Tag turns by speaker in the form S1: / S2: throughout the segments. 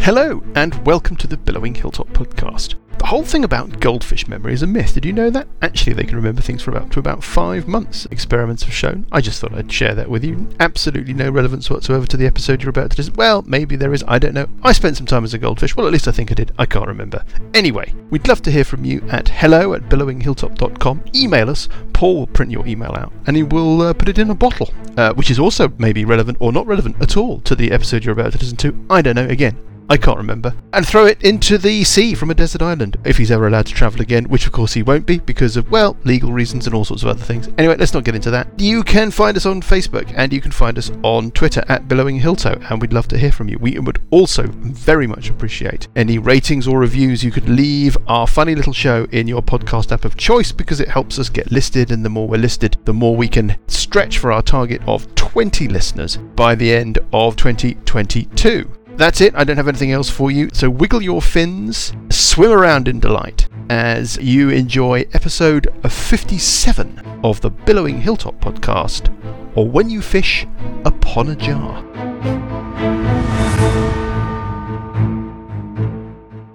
S1: Hello, and welcome to the Billowing Hilltop podcast. The whole thing about goldfish memory is a myth. Did you know that? Actually, they can remember things for up to about five months, experiments have shown. I just thought I'd share that with you. Absolutely no relevance whatsoever to the episode you're about to listen. Well, maybe there is, I don't know. I spent some time as a goldfish. Well, at least I think I did. I can't remember. Anyway, we'd love to hear from you at hello at billowinghilltop.com. Email us. Paul will print your email out and he will uh, put it in a bottle, uh, which is also maybe relevant or not relevant at all to the episode you're about to listen to. I don't know. Again, I can't remember, and throw it into the sea from a desert island, if he's ever allowed to travel again, which of course he won't be because of, well, legal reasons and all sorts of other things. Anyway, let's not get into that. You can find us on Facebook and you can find us on Twitter at Billowing Hilltoe, and we'd love to hear from you. We would also very much appreciate any ratings or reviews you could leave our funny little show in your podcast app of choice because it helps us get listed, and the more we're listed, the more we can stretch for our target of 20 listeners by the end of 2022. That's it. I don't have anything else for you. So wiggle your fins, swim around in delight as you enjoy episode 57 of the Billowing Hilltop podcast, or When You Fish Upon a Jar.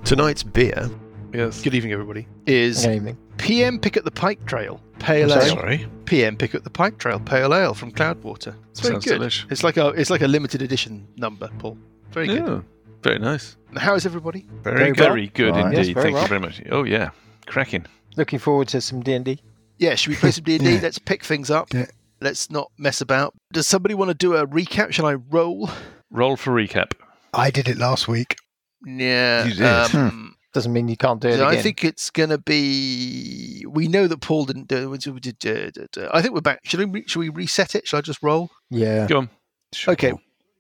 S1: Tonight's beer,
S2: Yes.
S1: good evening everybody, is
S3: Good evening.
S1: PM Pick at the Pike Trail Pale
S3: I'm
S1: Ale.
S2: Sorry.
S1: PM Pick at the Pike Trail Pale Ale from Cloudwater. It's very
S2: Sounds
S1: good.
S2: delish.
S1: It's like a it's like a limited edition number, Paul. Very good.
S2: Yeah. Very nice.
S1: How is everybody?
S3: Very well.
S2: Very good
S3: Right.
S2: indeed.
S3: Yes, very
S2: Thank
S3: well.
S2: you very much. Oh yeah. Cracking.
S3: Looking forward to some D and D.
S1: Yeah, should we play some D and D?
S4: Yeah.
S1: Let's pick things up.
S4: Yeah.
S1: Let's not mess about. Does somebody want to do a recap? Shall I roll?
S2: Roll for recap.
S4: I did it last week.
S1: Yeah.
S2: You did.
S1: Um,
S3: Doesn't mean you can't do Hmm. it
S1: so
S3: again.
S1: I think it's gonna be. We know that Paul didn't do. it. We did, uh, did, uh, I think we're back. Should we? Should we reset it? Shall I just roll?
S3: yeah.
S2: Go on.
S1: Okay.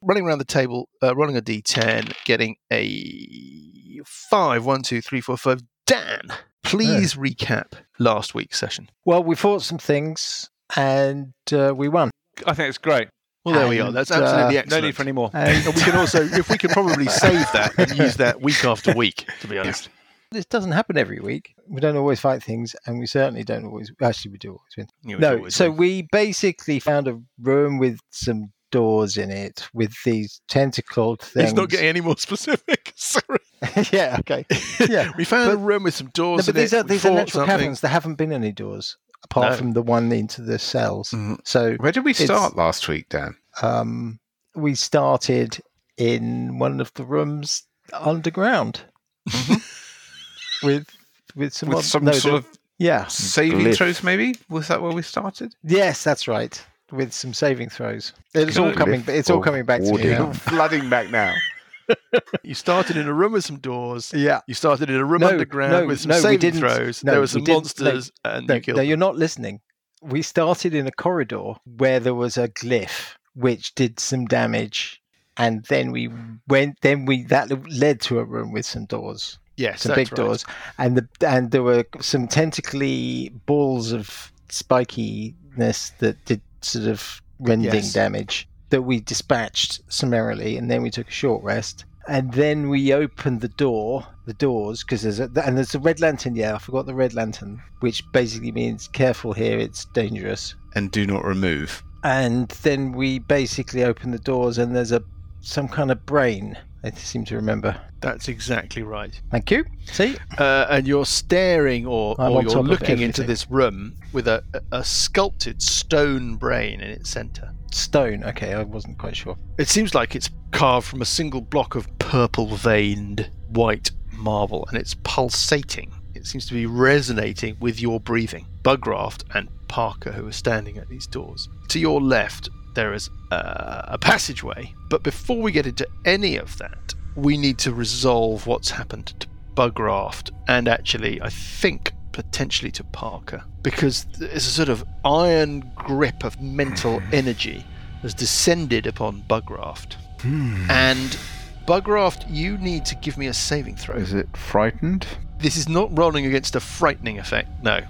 S1: Running around the table, uh, rolling a d10, getting a five, one, two, three, four, five. Dan, please recap last week's session.
S3: Well, we fought some things and uh, we won.
S2: I think it's great.
S1: Well, there we are. That's
S3: And, uh,
S1: absolutely
S2: No
S1: excellent.
S2: need for any more.
S3: And
S1: And we can also, if we could probably save that and use that week after week, to be honest.
S3: this doesn't happen every week. We don't always fight things, and we certainly don't always. Actually, we do always win.
S1: You know, it's
S3: No,
S1: always
S3: so
S1: like-
S3: we basically found a room with some doors in it with these tentacled things.
S1: it's not getting any more specific. Sorry.
S3: yeah. Okay. Yeah.
S1: We found a
S3: But-
S1: room with some
S3: No,
S1: doors
S3: but
S1: in
S3: these
S1: it.
S3: are
S1: we
S3: these are
S1: fought
S3: natural
S1: something.
S3: caverns. There haven't been any doors apart
S1: No.
S3: from the one into the cells.
S4: Mhm.
S3: So
S4: Where did we
S3: It's-
S4: start last week, Dan?
S3: um, we started in one of the rooms underground with with some,
S4: Mm-hmm. With
S3: odd-
S4: some
S3: no,
S4: sort
S3: the-
S4: of
S3: yeah
S4: saving
S5: Glyph.
S4: throws, maybe? Was that where we started?
S3: yes that's right with some saving throws it's
S2: Can I
S3: all coming
S5: lift
S3: it's all
S5: or
S3: coming back to me
S5: warding?
S3: now.
S4: flooding back now.
S1: You started in a room with some doors.
S3: yeah
S1: You started in a room
S3: No,
S1: underground
S3: no,
S1: with some
S3: no, we
S1: saving
S3: didn't.
S1: throws.
S3: No,
S1: there were
S3: we
S1: some
S3: didn't. No,
S1: monsters, and
S3: no,
S1: you killed.
S3: no you're not listening we started in a corridor where there was a glyph which did some damage and then we went then we that led to a room with some doors
S1: yes,
S3: some
S1: that's
S3: big
S1: right.
S3: doors, and the and there were some tentacly balls of spikiness that did sort of rending
S1: Yes.
S3: damage that we dispatched summarily, and then we took a short rest, and then we opened the door, the doors, because there's a and there's a red lantern. Yeah, I forgot the red lantern, which basically means careful here, it's dangerous.
S4: And do not remove.
S3: And then we basically opened the doors, and there's a some kind of brain. I seem to remember.
S1: That's exactly right.
S3: Thank you. See,
S1: Uh, and you're staring, or,
S3: I'm
S1: or
S3: on top
S1: you're
S3: of
S1: looking into
S3: everything.
S1: this room with a, a a sculpted stone brain in its centre.
S3: stone. Okay, I wasn't quite sure.
S1: It seems like it's carved from a single block of purple veined white marble and it's pulsating. It seems to be resonating with your breathing. Bugraft and Parker, who are standing at these doors. To your left, there is uh, a passageway, but before we get into any of that, we need to resolve what's happened to Bugraft and actually, I think, potentially to Parker, because there's a sort of iron grip of mental energy has descended upon Bugraft.
S5: Hmm.
S1: And Bugraft, you need to give me a saving throw.
S5: Is it frightened?
S1: This is not rolling against a frightening effect, no.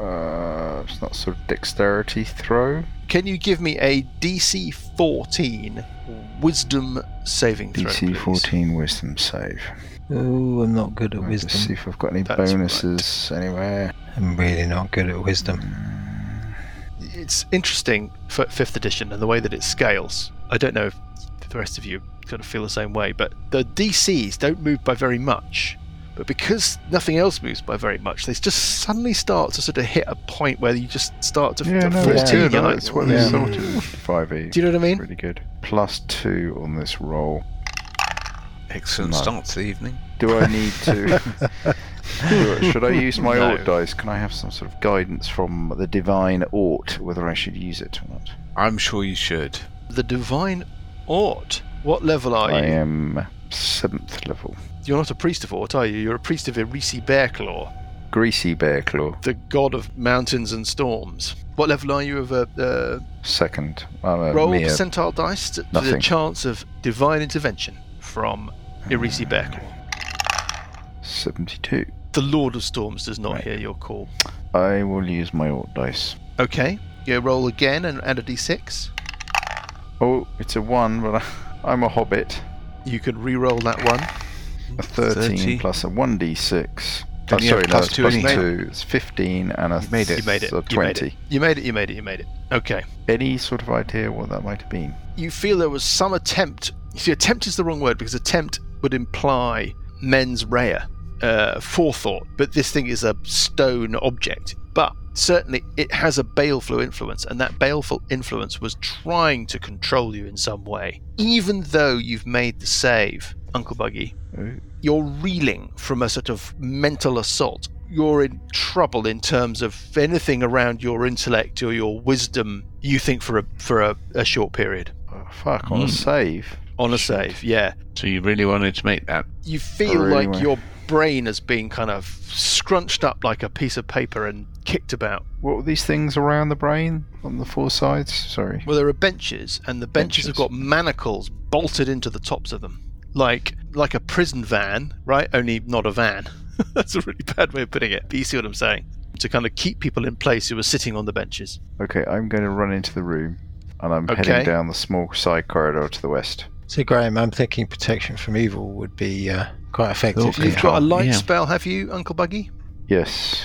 S5: Uh, it's not sort of dexterity throw.
S1: Can you give me a DC 14 wisdom saving throw?
S5: DC
S1: please?
S5: 14 wisdom save.
S3: Oh, I'm not good at
S5: Let me just see
S3: wisdom.
S5: if I've got any
S1: That's right.
S5: bonuses anywhere.
S3: I'm really not good at wisdom.
S1: It's interesting for fifth edition and the way that it scales. I don't know if the rest of you kind of feel the same way. But the DCs don't move by very much. But because nothing else moves by very much, they just suddenly start to sort of hit a point where you just start to
S5: Yeah,
S1: to
S5: no,
S1: fall
S5: it's
S1: to,
S5: good.
S1: you're
S5: right?
S1: like,
S5: It's what they
S3: Yeah.
S5: sorted with 5e.
S1: Do you know what I mean?
S5: Really good. Plus two on this roll.
S6: Excellent
S5: Nice.
S6: start to the evening.
S5: Do I need to? do- should I use my
S2: No.
S5: aught dice? Can I have some sort of guidance from the divine aught whether I should use it or not?
S6: I'm sure you should.
S1: The divine ought. What level are
S5: I
S1: you?
S5: am seventh level.
S1: You're not a priest of ought, are you? You're a priest of Irisi Bearclaw,
S5: Greasy bear claw.
S1: the god of mountains and storms. What level are you of a uh,
S5: Second. uh, I'm a
S1: roll
S5: mere
S1: percentile dice to, to the
S5: nothing. Ah.
S1: chance of divine intervention from Irisi Bearclaw?
S5: seventy-two.
S1: The Lord of Storms does not
S5: Right.
S1: hear your call.
S5: I will use my aught dice.
S1: Okay, you roll again and add a d6.
S5: Oh, it's a one, but I, I'm a hobbit.
S1: You can re-roll that one.
S5: A thirteen
S6: 30.
S5: plus a one d6. Oh,
S6: Don't you have
S5: sorry, no,
S6: plus
S5: it's
S6: two
S5: plus
S6: anyway?
S5: two. It's fifteen and a
S6: You made it.
S1: You made it.
S5: so
S1: You made
S5: twenty.
S1: it. You made it. You made it. You made it. Okay.
S5: Any sort of idea what that might have been?
S1: you feel there was some attempt. You see, attempt is the wrong word because attempt would imply mens rea, uh, forethought. But this thing is a stone object. But certainly it has a baleful influence, and that baleful influence was trying to control you in some way. Even though you've made the save, Uncle Buggy,
S5: Ooh.
S1: you're reeling from a sort of mental assault. You're in trouble in terms of anything around your intellect or your wisdom. You think for a for a, a short period
S5: Oh, fuck, on a
S2: Mm.
S5: save.
S1: on a
S5: Shit.
S1: save. Yeah,
S2: So you really wanted to make that?
S1: you feel
S5: really
S1: like
S5: well.
S1: your brain has been kind of scrunched up like a piece of paper and kicked about.
S5: What were these things around the brain on the four sides? Sorry.
S1: Well, there are benches, and the benches, have
S5: Benches.
S1: got manacles bolted into the tops of them, like like a prison van, right? Only not a van. That's a really bad way of putting it. But you see what I'm saying? To kind of keep people in place who are sitting on the benches.
S5: Okay, I'm going to run into the room and I'm
S1: Okay.
S5: heading down the small side corridor to the west.
S3: So, Graham, I'm thinking protection from evil would be uh, quite effective.
S2: Okay.
S1: You've got a light
S2: Yeah.
S1: spell, have you, Uncle Buggy?
S5: Yes.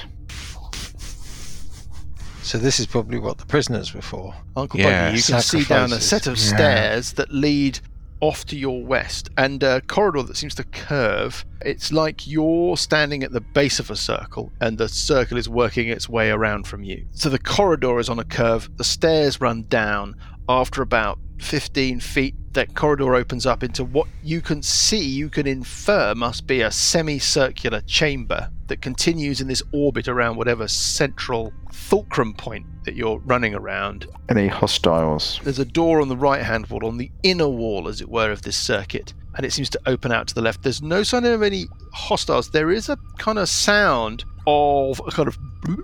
S3: So, this is probably what the prisoners were for.
S1: Uncle
S2: Yeah,
S1: Buggy, you can see down a
S3: sacrifices.
S1: set of
S3: Yeah.
S1: stairs that lead off to your west and a corridor that seems to curve. It's like you're standing at the base of a circle and the circle is working its way around from you. So the corridor is on a curve, the stairs run down. After about 15 feet, that corridor opens up into what you can see, you can infer must be a semicircular chamber that continues in this orbit around whatever central fulcrum point that you're running around.
S5: Any hostiles?
S1: There's a door on the right hand wall, on the inner wall, as it were, of this circuit, and it seems to open out to the left. There's no sign of any hostiles. There is a kind of sound of a kind of bloop,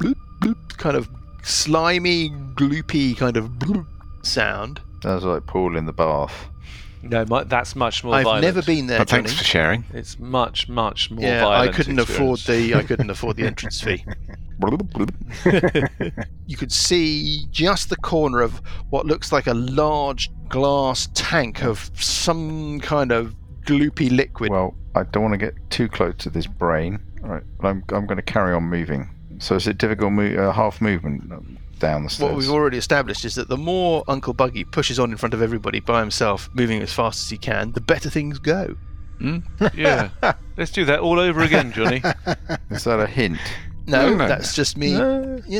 S1: bloop, bloop, kind of slimy, gloopy kind of bloop sound.
S5: Sounds like Paul in the bath.
S7: No, mu that's much more
S1: I've
S7: violent.
S1: never been there,
S6: But
S1: Johnny.
S6: thanks for sharing.
S7: It's much, much more
S1: yeah, I
S7: violent.
S1: couldn't afford
S7: experience.
S1: the I couldn't afford the entrance fee. you could see just the corner of what looks like a large glass tank of some kind of gloopy liquid.
S5: Well, I don't want to get too close to this brain. All right, but I'm, I'm going to carry on moving. So is it difficult mo- uh, half movement um, down the
S1: what
S5: stairs?
S1: we've already established is that the more Uncle Buggy pushes on in front of everybody by himself, moving as fast as he can, the better things go.
S2: Yeah. Let's do that all over again, Johnny.
S5: Is that a hint?
S1: No,
S6: No, no,
S1: that's just me. you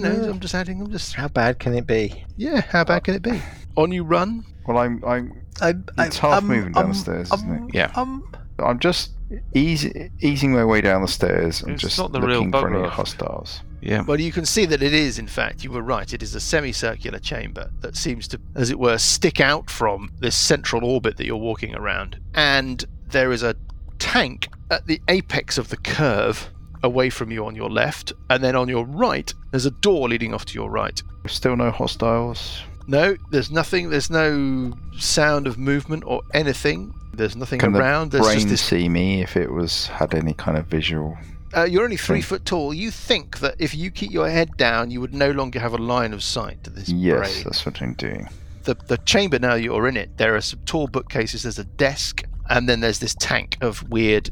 S1: know,
S5: no.
S1: I'm just adding. I'm just
S3: How bad can it be?
S1: yeah. How bad can it be? On you run.
S5: Well, I'm I'm
S3: I'm,
S5: It's half
S1: um,
S5: moving down the stairs, isn't it?
S6: Yeah.
S3: Um,
S5: I'm just easy, easing my way down the stairs and
S2: It's
S5: just
S2: not the real
S5: looking for any
S2: bugger.
S5: hostiles.
S6: Yeah.
S1: Well, you can see that it is, in fact, you were right. It is a semicircular chamber that seems to, as it were, stick out from this central orbit that you're walking around. And there is a tank at the apex of the curve away from you on your left. And then on your right, there's a door leading off to your right.
S5: Still no hostiles.
S1: No, there's nothing. There's no sound of movement or anything. There's nothing
S5: Can the
S1: around. There's
S5: Brain
S1: just this.
S5: see me if it was had any kind of visual.
S1: Uh, you're only three
S5: Hmm.
S1: foot tall. You think that if you keep your head down, you would no longer have a line of sight to this
S5: Yes,
S1: brain.
S5: that's what I'm doing.
S1: The the chamber now you're in it. There are some tall bookcases. There's a desk, and then there's this tank of weird,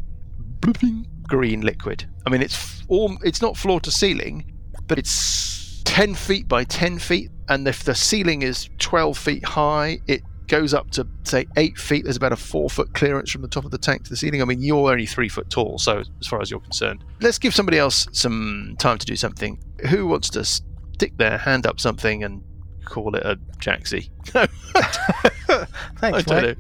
S1: blooping green liquid. I mean, it's f- all. It's not floor to ceiling, but it's ten feet by ten feet. And if the ceiling is twelve feet high, it goes up to say eight feet. There's about a four foot clearance from the top of the tank to the ceiling. I mean, you're only three foot tall, so as far as you're concerned, let's give somebody else some time to do something. Who wants to stick their hand up something and call it a jaxi? No, I
S3: Thanks,
S1: don't
S3: mate.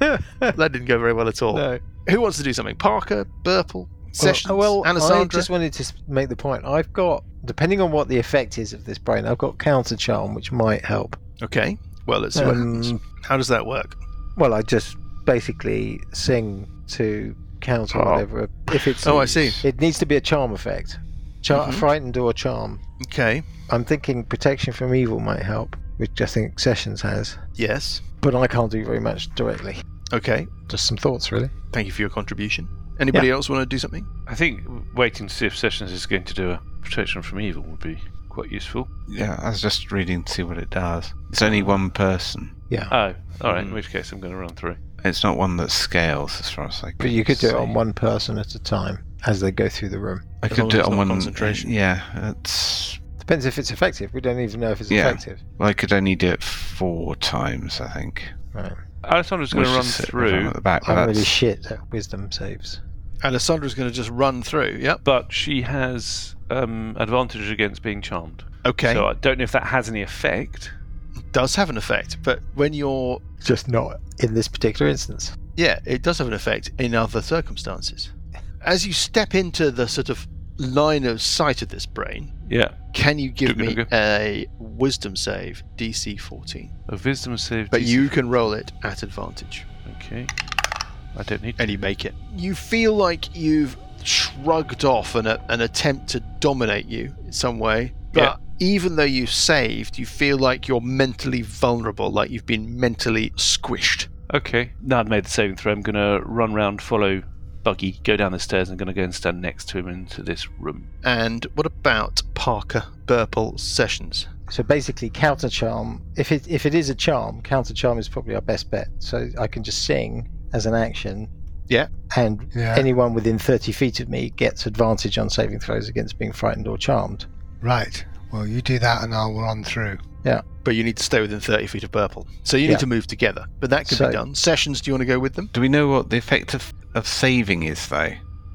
S1: know. That didn't go very well at all.
S3: No.
S1: Who wants to do something? Parker, Burple, Sessions,
S3: well, I
S1: Alessandra.
S3: just wanted to s- make the point. I've got, depending on what the effect is of this brain, I've got counter charm, which might help.
S1: Okay. Well, let's see what happens.
S3: Um,
S1: How does that work?
S3: well, I just basically sing to counter
S8: Oh.
S3: whatever. If it's
S1: Oh, I see.
S3: it needs to be a charm effect, Char-
S1: Mhm.
S3: frightened or charm.
S1: Okay.
S3: I'm thinking protection from evil might help, which I think Sessions has,
S1: Yes.
S3: but I can't do very much directly.
S1: Okay.
S3: Just some thoughts, really.
S1: Thank you for your contribution. Anybody else want to do something?
S2: I think waiting to see if Sessions is going to do a protection from evil would be quite useful.
S5: Yeah, I was just reading to see what it does. It's
S1: Mm.
S5: only one person.
S2: Oh, all right.
S5: Mm.
S2: In which case, I'm going to run through.
S5: It's not one that scales, as far as I can
S3: But you could do it on
S5: see.
S3: one person at a time as they go through the room.
S5: I
S1: as
S5: could
S1: long
S5: do
S1: as
S5: it
S1: it's
S5: on
S1: not
S5: one.
S1: concentration.
S5: Yeah, it's.
S3: Depends if it's effective. We don't even know if it's
S5: Yeah.
S3: effective.
S5: Well, I could only do it four times, I think.
S3: Right.
S2: Alessandra's going
S5: Which
S2: to run
S5: is sitting
S2: through,
S5: at the back. but
S3: I'm really
S5: that's-
S3: shit at wisdom saves.
S1: Alessandra's going to just run through. Yep.
S2: but she has um, advantage against being charmed.
S1: Okay.
S2: So I don't know if that has any effect.
S1: does have an effect, but when you're
S3: Just not in this particular instance.
S1: yeah, it does have an effect in other circumstances. As you step into the sort of line of sight of this brain,
S2: Yeah.
S1: can you give me
S2: Dugga-dugga.
S1: a wisdom save DC 14?
S2: A wisdom save.
S1: But
S2: DC.
S1: you can roll it at advantage.
S2: Okay. I don't need.
S1: and you make it. You feel like you've shrugged off an, an attempt to dominate you in some way, but
S2: Yeah.
S1: even though you saved, you feel like you're mentally vulnerable, like you've been mentally squished.
S2: Okay. Now I've made the saving throw. I'm going to run round, follow Buggy, go down the stairs, and going to go and stand next to him into this room.
S1: And what about Parker Burple Sessions?
S3: So basically, counter charm. If it if it is a charm, counter charm is probably our best bet. So I can just sing as an action.
S1: Yeah.
S3: And
S9: Yeah.
S3: anyone within thirty feet of me gets advantage on saving throws against being frightened or charmed.
S9: Right. Well, you do that and I'll run through.
S1: But you need to stay within 30 feet of Burple. So you need
S3: Yeah.
S1: to move together. But that can
S3: So-
S1: be done. Sessions, do you want to go with them?
S5: Do we know what the effect of, of saving is, though?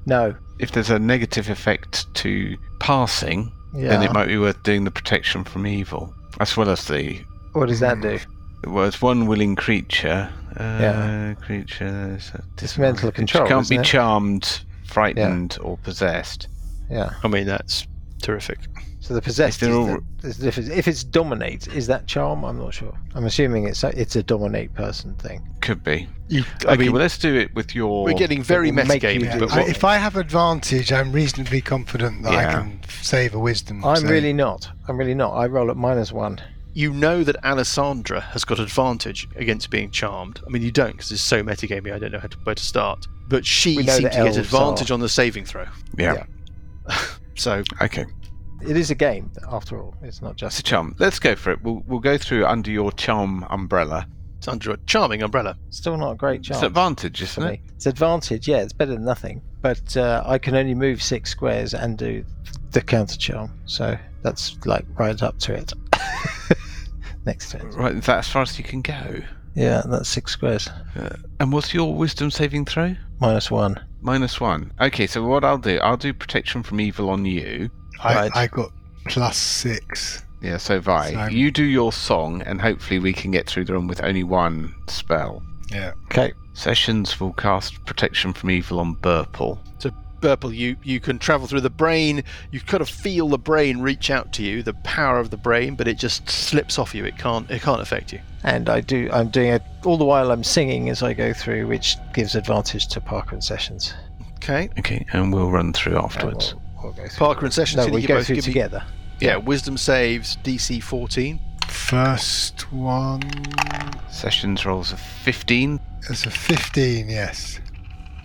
S3: No.
S5: If there's a negative effect to passing,
S3: Yeah.
S5: then it might be worth doing the protection from evil, as well as the
S3: what does that do?
S5: Well, it's one willing creature. Uh,
S3: Yeah.
S5: Creature. So
S3: It's mental control.
S5: can't
S3: isn't
S5: be
S3: it?
S5: charmed, frightened, or possessed.
S3: Yeah.
S1: I mean, that's terrific.
S3: So the possessed.
S5: If
S3: Is
S5: they're all-
S3: the, is the difference. If it's dominate, is that charm? I'm not sure. I'm assuming it's a, it's a dominate person thing.
S5: Could be.
S1: I
S5: okay,
S1: mean,
S5: well, let's do it with your.
S1: We're getting very
S3: it will make
S1: metagame.
S3: you
S9: Yeah.
S3: do-
S5: But
S9: I-
S5: what-
S9: if I have advantage, I'm reasonably confident that I
S5: Yeah.
S9: can save a wisdom.
S5: Mm,
S3: I'm
S9: save.
S3: really not. I'm really not. I roll at minus one.
S1: you know that Alessandra has got advantage against being charmed. I mean, you don't because it's so metagamey. I don't know how to, where to start. But she
S3: We know
S1: seemed
S3: that
S1: to get
S3: elves
S1: advantage
S3: are.
S1: on the saving throw.
S5: Yeah.
S3: Yeah.
S1: So
S5: Okay.
S3: It is a game, after all. It's not
S5: That's a
S3: just.
S5: charm. Let's go for it. We'll, we'll go through under your charm umbrella.
S1: it's under a charming umbrella.
S3: Still not a great
S5: It's
S3: charm.
S5: an advantage,
S3: for
S5: isn't
S3: me.
S5: it?
S3: It's advantage, yeah. It's better than nothing. But uh, I can only move six squares and do the counter charm. So that's like right up to it. Next to it.
S5: Right. Is that as far as you can go?
S3: Yeah, that's six squares.
S5: And what's your wisdom saving throw?
S3: Minus one.
S5: Minus one. Okay, so what I'll do, I'll do protection from evil on you.
S9: I,
S3: Right.
S9: I got plus six.
S5: Yeah, so Vi,
S9: So-
S5: you do your song, and hopefully we can get through the room with only one spell.
S9: Yeah.
S3: Okay.
S5: Sessions will cast Protection from Evil on Burple.
S1: Burple, you, you can travel through the brain. You kind of feel the brain reach out to you, the power of the brain, but it just slips off you. It can't it can't affect you.
S3: And I do. I'm doing it all the while. I'm singing as I go through, which gives advantage to Parker and Sessions.
S1: Okay,
S5: Okay, and we'll run through
S3: And
S10: Oh,
S5: afterwards.
S3: we'll- we'll go through.
S1: Parker and Sessions.
S3: No,
S1: can
S3: we
S1: you
S3: go
S1: both
S3: through
S1: give me-
S3: together.
S1: yeah, Wisdom saves DC 14.
S9: First one
S5: Sessions rolls a 15.
S9: is a 15, yes.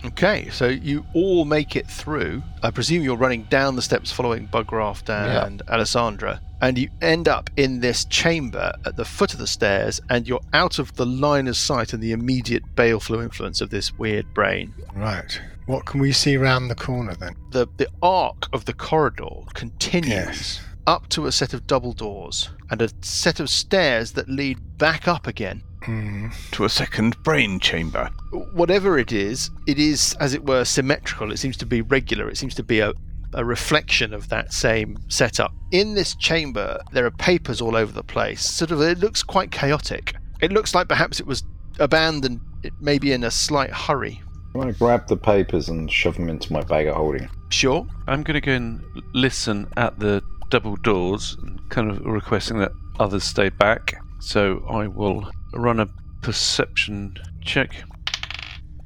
S1: Okay, so you all make it through. I presume you're running down the steps following Bugraft and Alessandra, and you end up in this chamber at the foot of the stairs, and you're out of the line of sight and the immediate baleful influence of this weird brain.
S9: Right. What can we see round the corner then?
S1: The, the arc of the corridor continues
S9: Yes.
S1: up to a set of double doors and a set of stairs that lead back up again.
S9: Mm.
S11: to a second brain chamber.
S1: whatever it is, it is, as it were, symmetrical. It seems to be regular. It seems to be a, a reflection of that same setup. In this chamber, there are papers all over the place. Sort of, it looks quite chaotic. It looks like perhaps it was abandoned, it may be in a slight hurry.
S10: I'm going to grab the papers and shove them into my bag of holding.
S1: Sure.
S2: I'm going to go and l- listen at the double doors, and kind of requesting that others stay back. So I will run a perception check.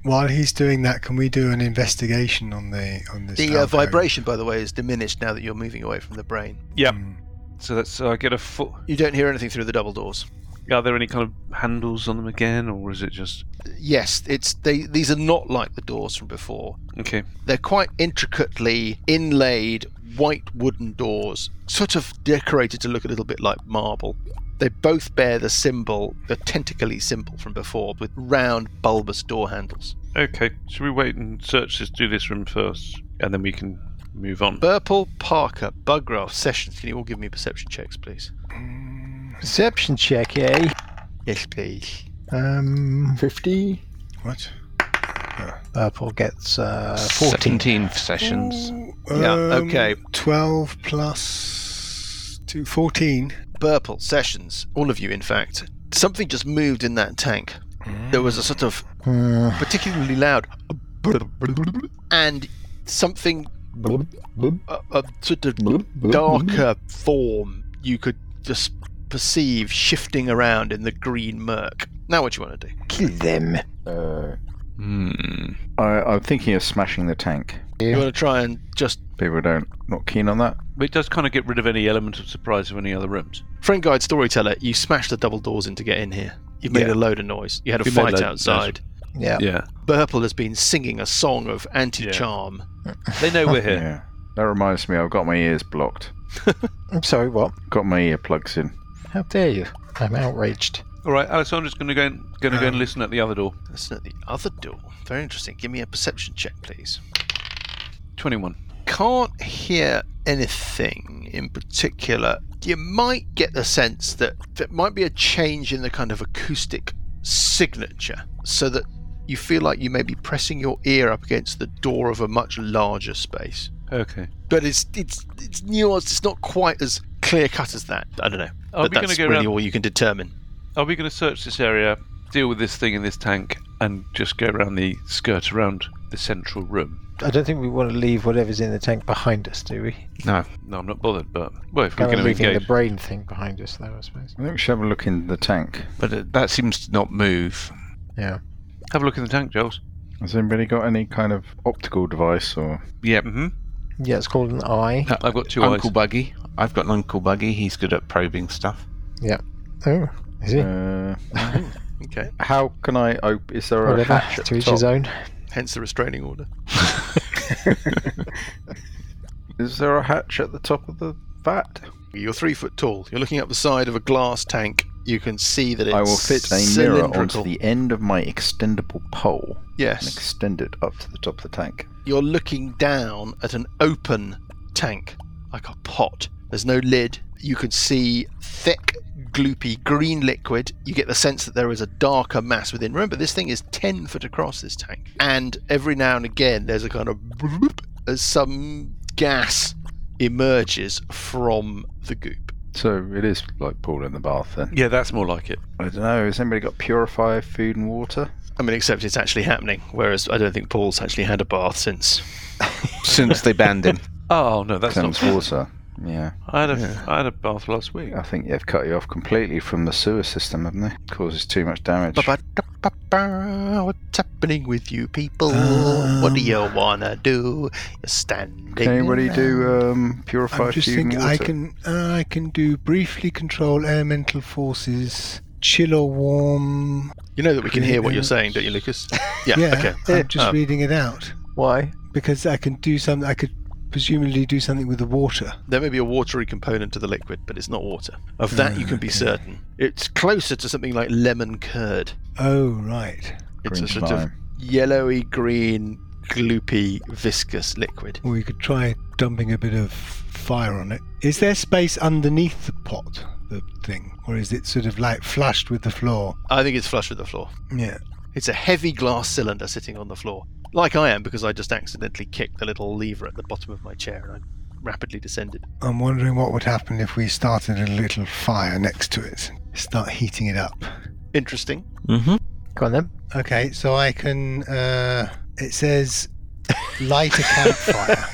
S9: While he's doing that, can we do an investigation on the on this?
S1: The uh,
S9: alcove?
S1: vibration, by the way, is diminished now that you're moving away from the brain.
S2: Yeah.
S9: Mm.
S2: So that's so I get a four.
S1: You don't hear anything through the double doors.
S2: Are there any kind of handles on them again, or is it just
S1: Yes, it's they. These are not like the doors from before.
S2: okay?
S1: They're quite intricately inlaid white wooden doors, sort of decorated to look a little bit like marble. They both bear the symbol, the tentacly symbol from before, with round bulbous door handles.
S2: Okay. Should we wait and search this? Do this room first, and then we can move on.
S1: Burple, Parker, Bugraff, Sessions, can you all give me perception checks, please?
S3: Perception check, eh?
S1: Yes, please.
S9: Um,
S10: 50?
S9: what?
S3: Purple gets uh, 14.
S11: 14 sessions.
S1: Yeah,
S9: Um,
S1: okay.
S9: Twelve plus two, 14.
S1: Burple, Sessions, all of you, in fact. Something just moved in that tank. There was a sort of
S3: Hmm.
S1: particularly loud, and something,
S10: Blub, blub,
S1: a, a sort of
S10: blub, blub, blub.
S1: darker form you could just perceive shifting around in the green murk. Now, what do you want to do?
S3: Kill them.
S10: Uh,
S11: Hmm.
S5: I, I'm thinking of smashing the tank.
S1: You want to try and just.
S5: People don't not keen on that.
S2: But it does kind of get rid of any element of surprise of any other rooms.
S1: Friend Guide Storyteller, you smashed the double doors in to get in here. You've made
S2: Yeah.
S1: a load of noise. You had a
S2: We made a load
S1: fight
S2: of
S1: outside.
S3: Yeah.
S2: Yeah.
S1: Burple has been singing a song of anti charm.
S2: They know we're here.
S5: Yeah. That reminds me, I've got my ears blocked.
S3: I'm sorry, what?
S5: Got my ear plugs in.
S3: How dare you? I'm outraged.
S2: All right, Alessandra's going to go and going to go and listen at the other door.
S1: That's not the other door. Very interesting. Give me a perception check, please.
S2: Twenty-one.
S1: can't hear anything in particular. You might get the sense that there might be a change in the kind of acoustic signature so that you feel like you may be pressing your ear up against the door of a much larger space.
S2: Okay.
S1: But it's it's it's nuanced, it's not quite as clear cut as that. I don't know.
S2: Are
S1: but
S2: we gonna
S1: that's
S2: go
S1: really
S2: round-
S1: all you can determine.
S2: Are we going to search this area, deal with this thing in this tank, and just go around the skirt around the central room?
S3: I don't think we want to leave whatever's in the tank behind us, do we?
S2: No, I'm not bothered. But well, if we're
S3: Kind
S2: going
S3: of
S2: to
S3: leaving
S2: engage,
S3: the brain thing behind us, though, I suppose.
S5: I think we should have a look in the tank.
S11: But it, that seems to not move.
S3: Yeah.
S2: have a look in the tank, Giles.
S5: Has anybody got any kind of optical device or
S11: Yep.
S2: Mm-hmm.
S3: Yeah, it's called an eye.
S2: I've got two
S11: Uncle
S2: eyes.
S11: Buggy. I've got an Uncle Buggy. He's good at probing stuff.
S3: Oh, is he?
S5: uh,
S1: Okay.
S5: how can I open? Is there a
S3: Whatever.
S5: hatch at
S3: To
S5: the
S3: each his
S5: top?
S3: own.
S1: Hence the restraining order.
S5: Is there a hatch at the top of the vat?
S1: You're three foot tall. You're looking up the side of a glass tank. You can see that it's
S5: I will fit a mirror onto
S1: cylindrical.
S5: the end of my extendable pole and
S1: yes.
S5: extend it up to the top of the tank.
S1: you're looking down at an open tank, like a pot. There's no lid. You can see thick, gloopy green liquid. You get the sense that there is a darker mass within. Remember, this thing is 10 foot across this tank. And every now and again, there's a kind of bloop as some gas emerges from the goop.
S5: So it is like pool in the bath then.
S2: Yeah, that's more like it.
S5: I don't know. Has anybody got purifier, food and water?
S1: I mean, except it's actually happening, whereas I don't think Paul's actually had a bath since.
S11: Since they banned him.
S2: Oh no, that's
S5: Thames
S2: not.
S5: water. Yeah,
S2: I had a I had a bath last week.
S5: I think they've cut you off completely from the sewer system, haven't they? Causes too much damage.
S1: Ba-ba-da-ba-ba, What's happening with you people? what do you wanna do? You're standing.
S5: Can anybody do
S1: around.
S5: um, purify
S9: I'm just
S5: food and
S9: thinking I
S5: water?
S9: can uh, I can do briefly control elemental forces, chill or warm.
S1: You know that we can hear what you're
S9: Yes.
S1: saying, don't you, Lucas? Yeah. Okay.
S9: I'm just
S1: Oh.
S9: reading it out
S3: Why?
S9: because I can do something. I could presumably do something with the water.
S1: There may be a watery component to the liquid, but it's not water. Of that, you can be certain. It's closer to something like lemon curd.
S9: Oh right,
S1: It's
S5: Green
S1: a sort of
S5: slime.
S1: yellowy green, gloopy, viscous liquid.
S9: or we could try dumping a bit of fire on it. Is there space underneath the pot, the, thing, or is it sort of like flushed with the floor?
S1: I think it's flush with the floor.
S9: Yeah.
S1: It's a heavy glass cylinder sitting on the floor, like I am because I just accidentally kicked the little lever at the bottom of my chair and I rapidly descended.
S9: I'm wondering what would happen if we started a little fire next to it, start heating it up.
S1: Interesting.
S12: Mm-hmm.
S3: Go on then.
S9: Okay, so I can. Uh, it says light a campfire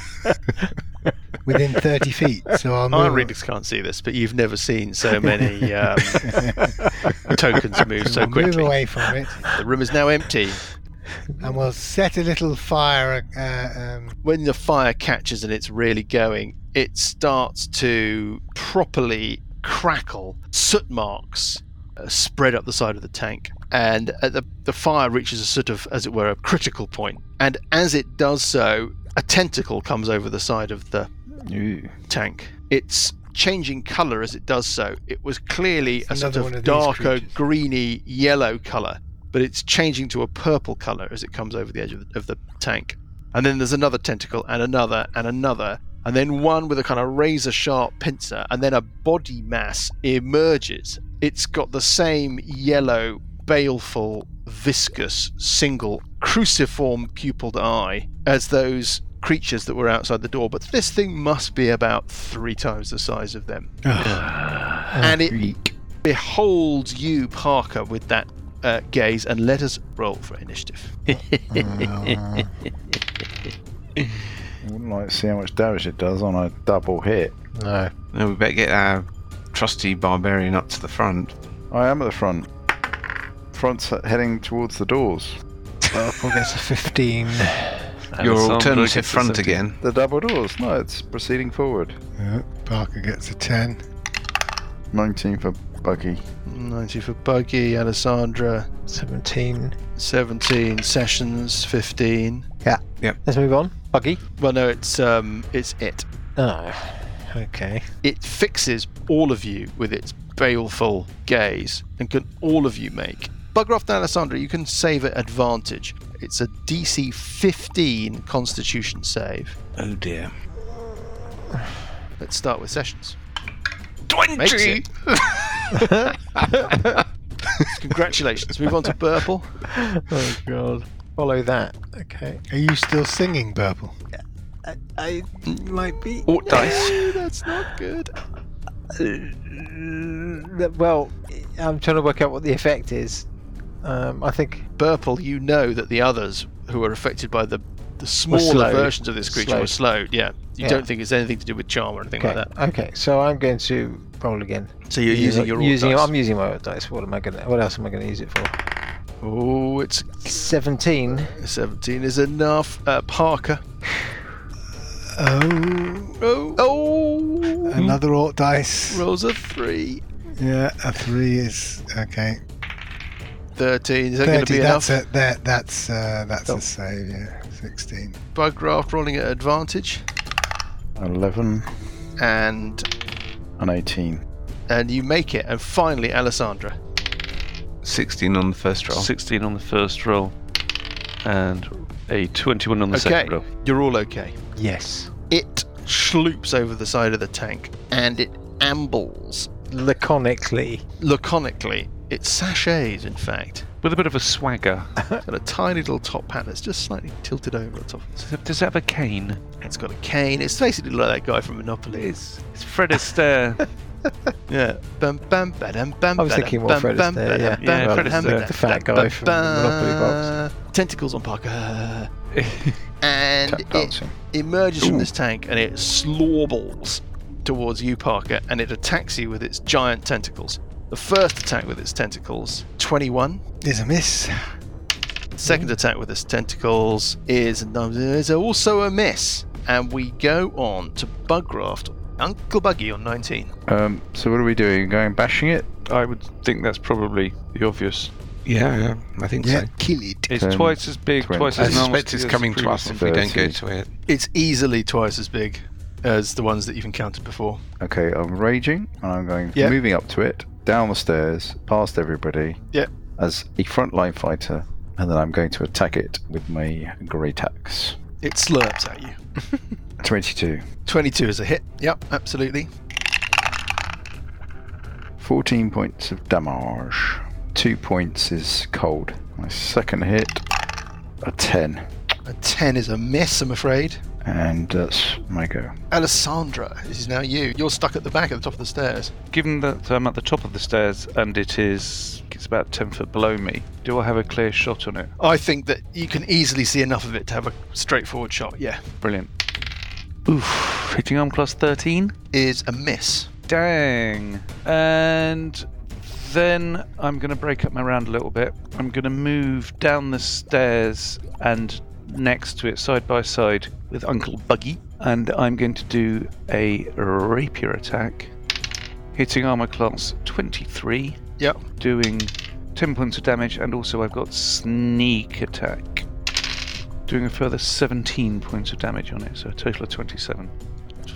S9: within 30 feet. So I'll
S1: Our
S9: move.
S1: readers can't see this, but you've never seen so many um, tokens move
S9: so
S1: so
S9: we'll move
S1: quickly.
S9: away from it,
S1: The room is now empty.
S9: and we'll set a little fire. Uh, um,
S1: When the fire catches and it's really going, it starts to properly crackle. Soot marks uh, spread up the side of the tank, and at the, the fire reaches a sort of, as it were, a critical point. And as it does so, a tentacle comes over the side of the
S5: Ooh.
S1: tank. It's changing colour as it does so. It was clearly a
S9: It's
S1: sort
S9: another one
S1: of
S9: of these
S1: darker,
S9: creatures.
S1: greeny, yellow colour, but it's changing to a purple colour as it comes over the edge of the, of the tank. And then there's another tentacle, and another, and another, and then one with a kind of razor sharp pincer, and then a body mass emerges. It's got the same yellow, baleful, viscous, single, cruciform pupilled eye as those creatures that were outside the door, but this thing must be about three times the size of them. and it beholds you, Parker, with that uh, gaze, and let us roll for initiative.
S5: I wouldn't like to see how much damage it does on a double hit.
S3: No.
S13: Now we better get our trusty barbarian up to the front.
S5: I am at the front. Front's heading towards the doors.
S3: Purple gets a 15.
S13: Your
S2: Alessandro
S13: alternative
S2: gets a
S13: front
S2: 17.
S13: again.
S5: The double doors. No, it's proceeding forward.
S9: yeah, Parker gets a 10.
S5: 19 for Buggy.
S1: 90 for Buggy, Alessandra,
S3: 17.
S1: 17, Sessions, 15.
S3: Let's move on. Buggy?
S1: Well, no, it's um, it's it.
S3: Oh. Okay.
S1: It fixes all of you with its baleful gaze, and can all of you make. Bugger off to Alessandra, you can save at advantage. It's a DC 15 Constitution save.
S13: Oh dear.
S1: Let's start with Sessions. Makes
S13: Twenty.
S1: it. Congratulations. Move on to Burple.
S3: Oh, God. Follow that. Okay.
S9: Are you still singing, Purple?
S3: I, I might be.
S1: Ort dice. That's not good.
S3: Uh, well, I'm trying to work out what the effect is. Um, I think
S1: Burple, you know that the others who are affected by the the smaller
S3: slow.
S1: versions of this creature
S3: Slow.
S1: were slowed. Yeah. You
S3: Yeah.
S1: don't think it's anything to do with charm or anything
S3: okay.
S1: like that.
S3: Okay, so I'm going to roll again.
S1: So you're
S3: Use-
S1: using your ort
S3: using,
S1: dice.
S3: I'm using my old dice. What am I gonna? What else am I gonna use it for?
S1: Oh, it's
S3: Seventeen.
S1: 17 is enough. Uh, Parker.
S9: Oh,
S1: Oh. Oh.
S9: another alt dice.
S1: Rolls a 3.
S9: Yeah, a 3 is. Okay.
S1: 13. Is that going to
S9: 30,
S1: be
S9: that's
S1: enough? Oh.
S9: a, that, that's, uh, that's a save, yeah. 16.
S1: Bug graft rolling at advantage.
S5: 11
S1: And
S5: and 18.
S1: and you make it. And finally, Alessandra.
S13: Sixteen on the first roll.
S2: 16 on the first roll and a 21 on the
S1: Okay.
S2: second roll.
S1: You're all okay.
S3: Yes.
S1: It sloops over the side of the tank and it ambles
S3: Laconically.
S1: laconically. It sachets, in fact.
S2: With a bit of a swagger.
S1: It's got a tiny little top hat that's just slightly tilted over the top.
S2: Does it- does it have a cane?
S1: It's got a cane. It's basically like that guy from Monopoly.
S2: It's, it's Fred Astaire.
S1: Yeah. Bam bam badam bam.
S3: I was
S1: badam,
S3: thinking more
S1: bam,
S3: Fred
S1: bam,
S3: Astaire,
S1: badam,
S3: yeah.
S1: bam, badam,
S2: Yeah, Fred
S1: bam,
S2: Astaire.
S1: badam,
S3: The fat
S1: bam,
S3: guy from
S1: bam,
S3: Monopoly
S1: bam. Tentacles on Parker. and
S5: Tap
S1: it
S5: dancing.
S1: emerges from this tank and it slorbles towards you, Parker, and it attacks you with its giant tentacles. The first attack with its tentacles, 21.
S9: Is a miss.
S1: Second attack with its tentacles is, is also a miss. And we go on to Bugraft. Uncle Buggy on 19.
S5: Um, so what are we doing? Going bashing it?
S2: I would think that's probably the obvious.
S13: Yeah, yeah, I think
S9: Yeah,
S13: so.
S9: kill it.
S2: It's
S5: Ten,
S2: twice as big,
S5: twenty.
S2: twice
S13: I
S2: as
S13: suspect
S2: nasty
S13: it's
S2: as
S13: coming
S2: the
S13: to
S2: previous
S13: us
S2: one.
S13: if we don't go
S5: 30.
S13: to it.
S1: It's easily twice as big as the ones that you've encountered before.
S5: Okay, I'm raging and I'm going
S1: Yeah.
S5: moving up to it, down the stairs, past everybody.
S1: Yeah.
S5: As a frontline fighter, and then I'm going to attack it with my great axe.
S1: It slurps at you.
S5: 22.
S1: 22 is a hit. Yep, absolutely.
S5: 14 points of damage. Two points is cold. My second hit, a 10.
S1: A 10 is a miss, I'm afraid.
S5: And that's my go.
S1: Alessandra, this is now you. You're stuck at the back at the top of the stairs.
S2: Given that I'm at the top of the stairs and it is it's about ten foot below me, do I have a clear shot on it?
S1: I think that you can easily see enough of it to have a straightforward shot, yeah.
S2: Brilliant. Oof, hitting arm class thirteen.
S1: Is a miss.
S2: Dang. And then I'm going to break up my round a little bit. I'm going to move down the stairs and next to it, side by side, with Uncle Buggy. And I'm going to do a rapier attack. Hitting armor class 23,
S1: Yep.
S2: doing 10 points of damage, and also I've got sneak attack. Doing a further 17 points of damage on it, so a total of 27.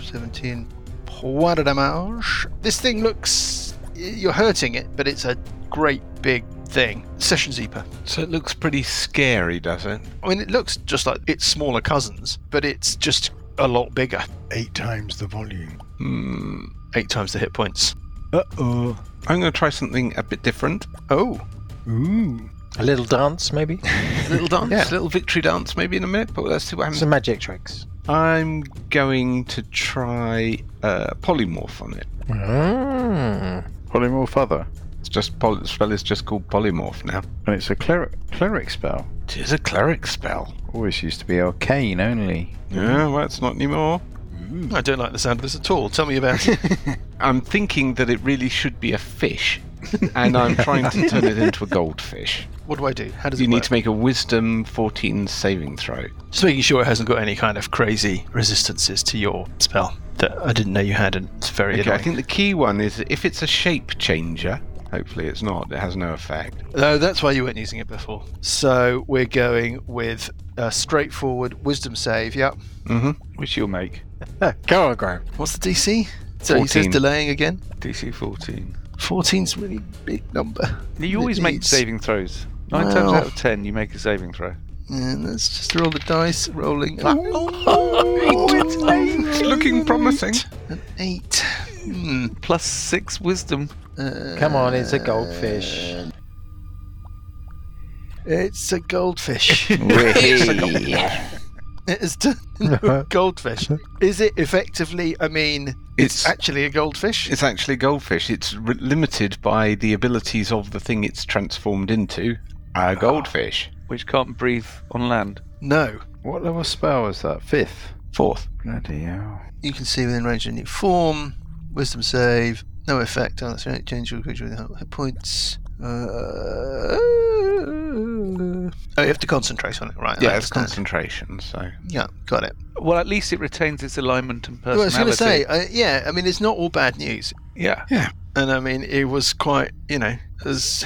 S1: 17 point de damage. This thing looks. You're hurting it, but it's a great big thing. Session Zeeper.
S13: So it looks pretty scary, does it?
S1: I mean, it looks just like its smaller cousins, but it's just a lot bigger.
S9: Eight times the volume.
S13: Hmm.
S1: Eight times the hit points.
S9: Uh oh.
S13: I'm going to try something a bit different.
S1: Oh,
S9: Ooh.
S3: A little dance, maybe?
S13: A little dance, a little victory dance, maybe in a minute. But let's see what happens.
S3: Some magic tricks.
S13: I'm going to try uh, polymorph on it.
S3: Mm.
S5: Polymorph Other.
S13: It's just poly- the spell is just called polymorph now.
S5: And it's a cleric, cleric spell.
S13: It is a cleric spell.
S5: Always used to be arcane only.
S13: Yeah, well, it's not anymore.
S1: Hmm, I don't like the sound of this at all. Tell me about it.
S13: I'm thinking that it really should be a fish, and I'm trying to turn it into a goldfish.
S1: what do I do? How does
S13: You
S1: it
S13: need
S1: work?
S13: to make a wisdom 14 saving throw.
S1: Just making sure it hasn't got any kind of crazy resistances to your spell that I didn't know you had, and it's very
S13: Okay, I
S1: annoying.
S13: think the key one is if it's a shape changer. Hopefully, it's not. It has no effect.
S1: No, Uh, that's why you weren't using it before. So we're going with a straightforward wisdom save. Yep.
S13: Mm-hmm.
S2: Which you'll make.
S3: Go on, Graham.
S1: What's the DC? So he says
S13: 14.
S1: delaying again.
S2: DC 14.
S1: 14's a really big number.
S2: You always make
S1: It's-
S2: saving throws. Nine times
S1: Well.
S2: out of ten, you make a saving throw.
S1: And let's just roll the dice. Rolling. Oh,
S13: It's looking promising.
S1: An eight. Hmm.
S2: Plus six wisdom.
S1: Uh,
S3: Come on, it's a goldfish.
S1: It's a goldfish. it is turned into a goldfish. Is it effectively? I mean, it's,
S13: It's
S1: actually a goldfish.
S13: it's actually goldfish. It's r limited by the abilities of the thing it's transformed into.
S2: Ah.
S13: A goldfish.
S2: which can't breathe on land.
S1: no.
S5: What level spell is that? Fifth.
S13: Fourth.
S5: Bloody hell.
S1: You can see within range of new form. Wisdom save. No effect. Oh, that's right. Change your creature without hit points. Uh, oh, you have to concentrate on it, right? I
S13: Yeah, it's
S1: understand.
S13: concentration. So
S1: Yeah, got it.
S2: Well, at least it retains its alignment and
S1: Well, I was
S2: personality.
S1: going to say, uh, yeah. I mean, it's not all bad news.
S2: yeah.
S1: And I mean, it was quite, you know, as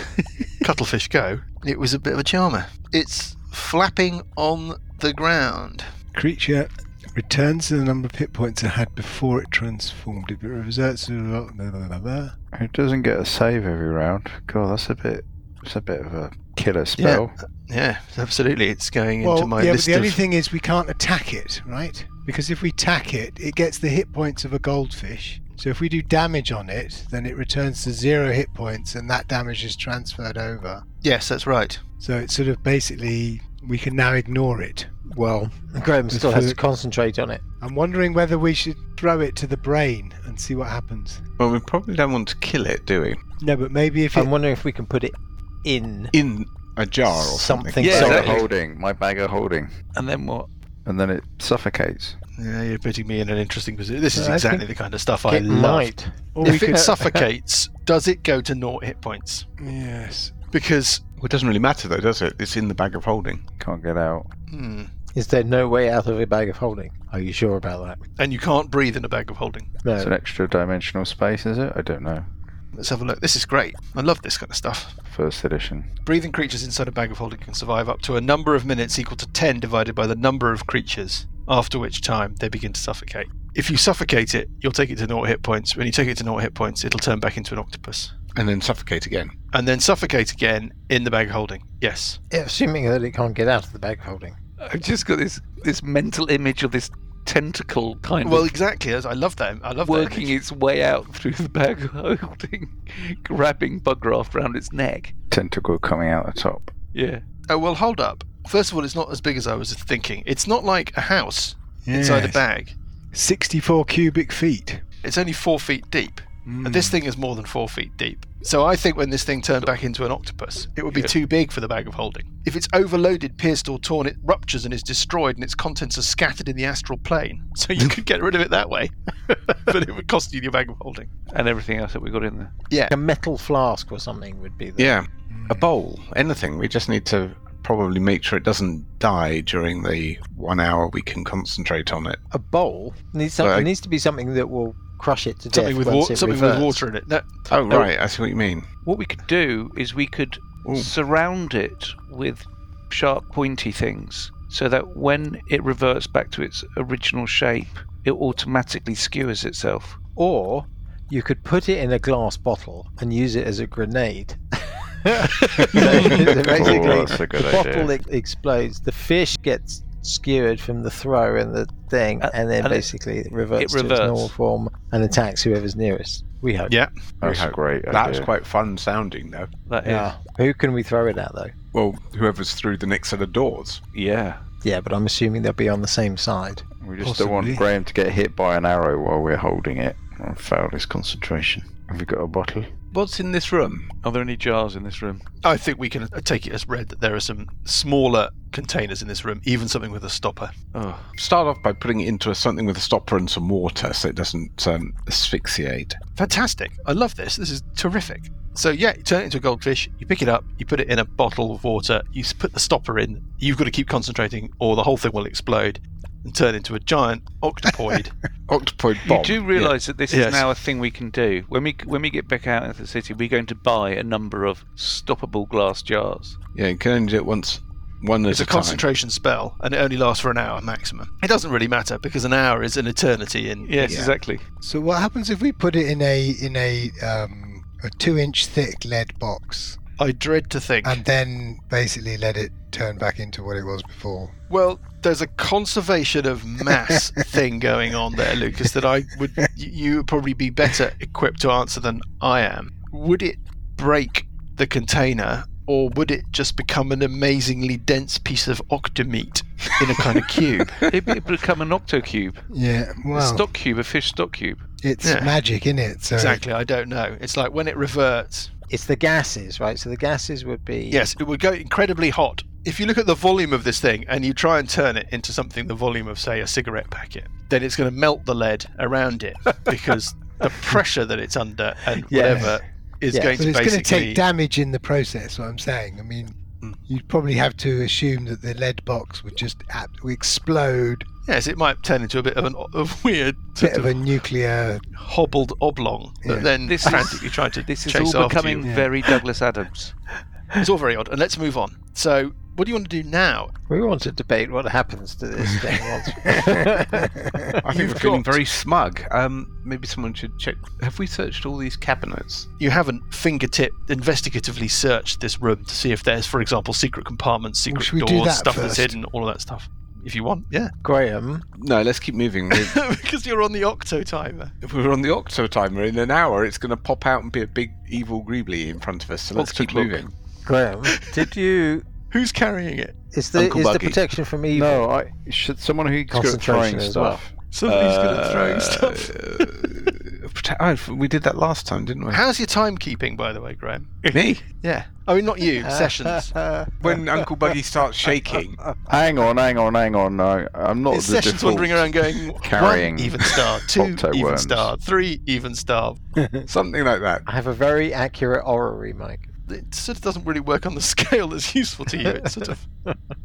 S1: cuttlefish go, it was a bit of a charmer. It's flapping on the ground.
S9: Creature returns to the number of hit points it had before it transformed. If it reverts to blah, blah, blah, blah, blah.
S5: It doesn't get a save every round. God, that's a bit. It's a bit of a killer spell.
S1: Yeah, absolutely. It's going into
S9: Well,
S1: my
S9: yeah, but
S1: list
S9: the
S1: of.
S9: only thing is we can't attack it, right? Because if we attack it, it gets the hit points of a goldfish. So if we do damage on it, then it returns to zero hit points, and that damage is transferred over.
S1: Yes, that's right.
S9: So it's sort of basically we can now ignore it.
S3: Well, Graham
S9: It's
S3: still has to
S9: food.
S3: concentrate on it.
S9: I'm wondering whether we should throw it to the brain and see what happens.
S13: Well, we probably don't want to kill it, do we?
S9: No, but maybe if it,
S3: I'm wondering if we can put it in
S13: In a jar or something.
S3: something.
S2: Yeah,
S5: Bag
S3: solid.
S5: of holding. My bag of holding.
S2: And then what?
S5: And then it suffocates.
S1: Yeah, you're putting me in an interesting position. This is
S3: I
S1: exactly
S3: think
S1: the kind of stuff I
S3: It
S1: love.
S3: might.
S9: or we
S1: If
S9: could,
S1: it suffocates, does it go to naught hit points?
S9: yes,
S1: Because
S13: Well, it doesn't really matter though, does it? It's in the bag of holding.
S5: Can't get out.
S1: hmm,
S3: Is there no way out of a bag of holding? Are you sure about
S1: and you can't breathe in a bag of holding.
S3: that?
S5: It's
S3: No.
S5: an extra dimensional space, is it? I don't know.
S1: Let's have a look. This is great. I love this kind of stuff.
S5: First edition.
S1: Breathing creatures inside a bag of holding can survive up to a number of minutes equal to 10 divided by the number of creatures, after which time they begin to suffocate. If you suffocate it, you'll take it to naught hit points. When you take it to naught hit points, it'll turn back into an octopus.
S13: And then suffocate again.
S1: And then suffocate again in the bag of holding. Yes.
S3: Assuming that it can't get out of the bag of holding.
S2: I've just got this this mental image of this tentacle kind
S1: well,
S2: of
S1: exactly. I love that. I love
S2: working
S1: that.
S2: its way out through the bag holding, grabbing Bugraft round its neck.
S5: Tentacle coming out the top.
S2: Yeah.
S1: Oh well, hold up. First of all, it's not as big as I was thinking. It's not like a house inside a
S9: Yes.
S1: bag.
S9: 64 cubic feet.
S1: It's only four feet deep. And
S3: Hmm.
S1: this thing is more than four feet deep. So I think when this thing turned back into an octopus, it would be
S2: Yeah.
S1: too big for the bag of holding. If it's overloaded, pierced, or torn, it ruptures and is destroyed, and its contents are scattered in the astral plane. So you could get rid of it that way, but it would cost you your bag of holding.
S2: And everything else that we got in there.
S1: Yeah.
S3: A metal flask or something would be the
S13: Yeah, a bowl, anything. We just need to probably make sure it doesn't die during the one hour we can concentrate on it.
S3: A bowl needs something.
S13: Right.
S3: It needs to be something that will crush it to
S1: Something
S3: death.
S1: with
S3: once
S1: wa-
S3: it
S1: something with
S3: reverts.
S1: water in it. That,
S13: Oh, right, I see what you mean.
S2: What we could do is we could surround it with sharp, pointy things so that when it reverts back to its original shape, it automatically skewers itself.
S3: Or you could put it in a glass bottle and use it as a grenade. You know, basically,
S5: Oh, that's a good
S3: the
S5: idea.
S3: bottle ex- explodes. The fish gets skewered from the throw and the thing,
S2: Uh,
S3: and then
S2: and it-
S3: basically it, reverts
S2: it
S3: to its
S2: reverts.
S3: normal form and attacks whoever's nearest. We hope.
S1: Yeah.
S5: That's a great idea.
S13: That's quite fun sounding, though.
S2: That is.
S3: Yeah. Ah, Who can we throw it at though?
S13: Well, whoever's through the next set of doors.
S2: Yeah.
S3: Yeah, but I'm assuming they'll be on the same side.
S5: We just don't
S9: Possibly.
S5: want Graham to get hit by an arrow while we're holding it and fail his concentration. Have you got a bottle?
S13: What's in this room?
S2: Are there any jars in this room?
S1: I think we can take it as read that there are some smaller containers in this room, even something with a stopper.
S2: Oh.
S13: Start off by putting it into something with a stopper and some water so it doesn't um, asphyxiate.
S1: Fantastic. I love this. This is terrific. So, yeah, you turn it into a goldfish, you pick it up, you put it in a bottle of water, you s- put the stopper in, you've got to keep concentrating or the whole thing will explode and turn into a giant octopoid.
S13: Octopoid
S2: You
S13: bomb.
S2: do realise that this
S1: Yes.
S2: is now a thing we can do. When we when we get back out into the city, we're going to buy a number of stoppable glass jars.
S13: Yeah, you can only do it once. One
S1: it's
S13: at
S1: a
S13: a, time.
S1: concentration spell and it only lasts for an hour maximum. It doesn't really matter because an hour is an eternity in
S2: Yes,
S13: Yeah.
S2: exactly.
S9: So what happens if we put it in a in a um, a two inch thick lead box
S1: I dread to think.
S9: and then basically let it turn back into what it was before?
S1: Well, there's a conservation of mass thing going on there, Lucas, that I would y- you would probably be better equipped to answer than I am. Would it break the container or would it just become an amazingly dense piece of octomeat in a kind of cube?
S2: it, it become an octocube,
S9: Yeah,
S2: a
S9: well,
S2: stock cube, a fish stock cube.
S9: it's
S1: Yeah.
S9: magic, in it? So
S1: exactly, I don't know. It's like when it reverts.
S3: It's the gases, right? So the gases would be
S1: Yes, it would go incredibly hot. If you look at the volume of this thing and you try and turn it into something the volume of say a cigarette packet, then it's going to melt the lead around it because the pressure that it's under and
S3: Yeah.
S1: whatever is
S3: Yeah.
S1: going
S9: But
S1: to
S9: it's going to
S1: basically
S9: take damage in the process. What I'm saying, I mean, you'd probably have to assume that the lead box would just ab- explode,
S1: Yes, it might turn into a bit of an o- of weird sort
S9: bit of
S1: of,
S9: a nuclear.
S1: hobbled oblong that
S9: Yeah.
S1: then
S2: This is-
S1: frantically trying to
S2: This is
S1: chase
S2: all
S1: after
S2: becoming
S1: you.
S2: very Douglas Adams.
S1: It's all very odd. And let's move on. So, what do you want to do now?
S3: We want to debate what happens to this thing once.
S13: I think we're feeling very smug. Um, maybe someone should check. Have we searched all these cabinets?
S1: You haven't fingertip investigatively searched this room to see if there's, for example, secret compartments,
S9: Well,
S1: secret
S9: should we do
S1: doors,
S9: that
S1: stuff that's
S9: first?
S1: hidden, all of that stuff. If you want, yeah.
S3: Graham,
S13: No, let's keep moving. We're-
S1: because you're on the octo timer.
S13: if we were on the Octo timer in an hour, it's going to pop out and be a big evil greebly in front of us. So let's keep
S2: Octoplug.
S13: moving.
S3: Graham, did you?
S1: Who's carrying it?
S3: Is the
S13: Uncle
S3: is the
S13: Buggy.
S3: protection from evil?
S5: No, I should someone who's good at
S3: Concentration
S5: throwing
S3: as well.
S5: stuff.
S1: Somebody's good
S5: Uh,
S1: at throwing stuff.
S13: stuff. Uh, Oh, we did that last time, didn't we?
S1: How's your timekeeping, by the way, Graham?
S13: Me?
S1: Yeah. I mean, not you, Sessions.
S13: When Uncle Buggy starts shaking.
S5: Hang on, hang on, hang on. No, I'm not
S1: It's
S5: the
S1: sessions
S5: default.
S1: wandering around going
S5: carrying
S1: one even star, two
S5: octo
S1: even
S5: worms.
S1: star, three even star.
S13: Something like that.
S3: I have a very accurate orrery, Mike.
S1: It sort of doesn't really work on the scale that's useful to you. It's sort of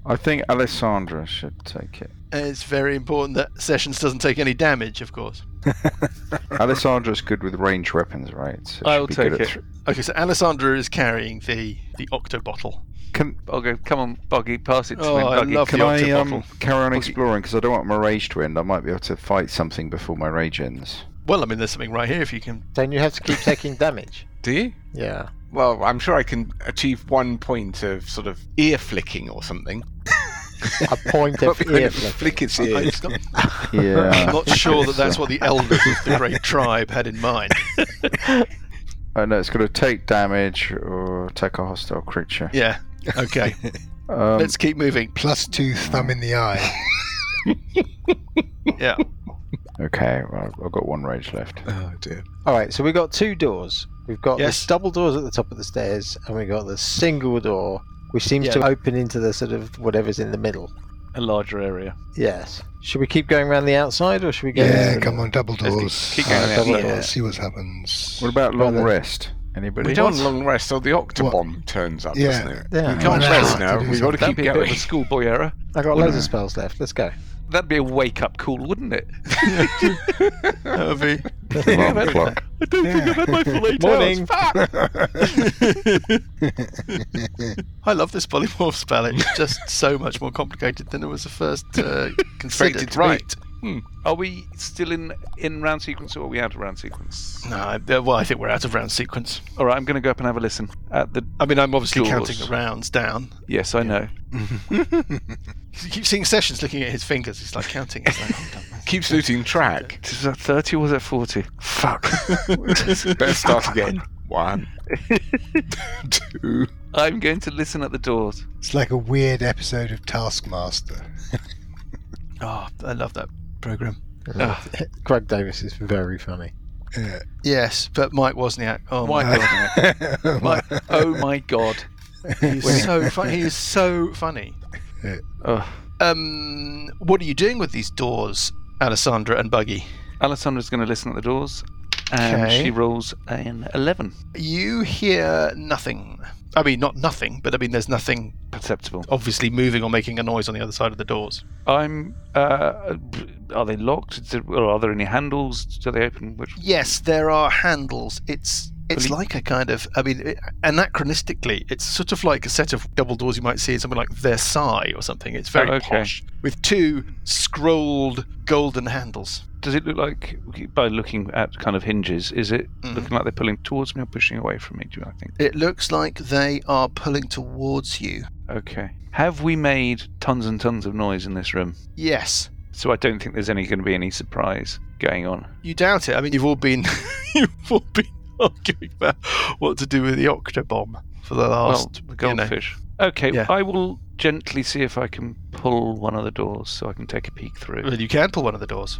S5: I think Alessandra should take it.
S1: and it's very important that sessions doesn't take any damage, of course.
S5: Alessandra's good with ranged weapons, right? So she'd
S2: I'll
S5: be
S2: take
S5: good
S2: it.
S5: At thr-
S1: Okay, so Alessandra is carrying the the octo bottle.
S5: can
S2: I'll go, come on, Boggy, pass it to
S1: Oh,
S2: me,
S1: I
S2: Boggy.
S1: love
S5: can
S1: the
S5: I
S1: octo
S5: um,
S1: bottle.
S5: carry on
S1: Buggy.
S5: exploring? Because I don't want my rage to end. I might be able to fight something before my rage ends.
S1: Well, I mean, there's something right here. If you can,
S3: Then you have to keep taking damage.
S13: Do you?
S3: Yeah.
S13: Well, I'm sure I can achieve one point of sort of ear flicking or something.
S3: A point of
S13: Not behind
S3: ear
S13: it, flick its
S1: I'm
S13: ears.
S1: not-
S5: Yeah.
S1: I'm not sure that that's what the elders of the great tribe had in mind.
S5: Uh, no, it's got to take damage or attack a hostile creature.
S1: Yeah. Okay.
S5: Um,
S1: Let's keep moving.
S9: Plus two thumb in the eye.
S1: Yeah.
S5: Okay, well, I've got one rage left.
S13: Oh dear.
S3: All right, so we've got two doors. We've got
S1: Yes.
S3: the double doors at the top of the stairs, and we've got the single door, which seems
S1: Yeah.
S3: to open into the sort of whatever's in the middle.
S14: a larger area.
S3: Yes. Should we keep going around the outside, or should we go?
S9: Yeah,
S3: in?
S9: come on, double
S1: Let's keep-
S9: doors.
S1: keep going
S9: Uh,
S1: out
S9: double
S1: there.
S9: doors. See what happens.
S5: What about long
S3: Well,
S5: rest? Anybody?
S13: We don't long rest, or the Octobomb turns up,
S9: Yeah.
S13: doesn't it?
S3: Yeah.
S13: We can't
S9: Yeah.
S13: rest now.
S9: Yeah.
S13: We've got to
S2: That'd
S13: keep
S2: be a bit
S13: going.
S2: of a schoolboy error.
S3: I got loads of spells left. Let's go.
S2: That'd be a wake up call, wouldn't it?
S1: That would be-
S5: Alarm clock.
S2: I don't think I've had my full eight
S3: Morning.
S1: I love this polymorph spell. It's just so much more complicated than it was the first uh,
S13: Expected
S1: considered.
S13: to be.
S1: Right.
S2: Are we still in in round sequence or are we out of round sequence?
S1: No, I- uh, well, I think we're out of round sequence.
S2: All right, I'm going to go up and have a listen at the.
S1: I mean, I'm obviously
S2: Doors.
S1: counting the rounds down.
S2: Yes, I know.
S1: You keep seeing Sessions looking at his fingers. He's like counting. He's like, "Oh, hold on.
S13: Keeps losing track.
S2: Is that 30 or was that 40? Fuck.
S13: Better start again. One, two.
S2: I'm going to listen at the doors.
S9: It's like a weird episode of Taskmaster.
S1: Oh, I love that program.
S3: Greg Davis is very funny.
S9: Yeah.
S1: Yes, but Mike Wozniak. Oh,
S2: Mike
S1: my
S2: Wozniak. My, oh my god.
S1: God. He's so funny. He is so funny.
S2: Oh.
S1: Um, what are you doing with these doors, Alessandra and Buggy?
S2: Alessandra's going to listen at the doors, and
S1: Okay.
S2: she rolls an 11.
S1: You hear nothing. I mean, not nothing, but I mean, there's nothing
S2: Perceptible.
S1: obviously moving or making a noise on the other side of the doors.
S2: I'm. Uh, are they locked? Is there- or are there any handles? Do they open? Which
S1: Yes, there are handles. It's it's
S2: Well,
S1: like a kind of, I mean, it- anachronistically, it's sort of like a set of double doors you might see in something like Versailles or something. It's very
S2: Oh, okay.
S1: posh with two scrolled golden handles.
S2: does it look like? By looking at kind of hinges, is it
S1: Mm-hmm.
S2: looking like they're pulling towards me or pushing away from me? Do I think?
S1: It looks like they are pulling towards you.
S2: Okay. Have we made tons and tons of noise in this room?
S1: Yes,
S2: So I don't think there's any going to be any surprise going on.
S1: you doubt it. I mean, you've all been you've all been arguing about what to do with the octobomb for the
S2: Well,
S1: last
S2: the
S1: you know.
S2: goldfish. Okay,
S1: Yeah.
S2: I will gently see if I can pull one of the doors so I can take a peek through.
S1: Well, you can pull one of the doors.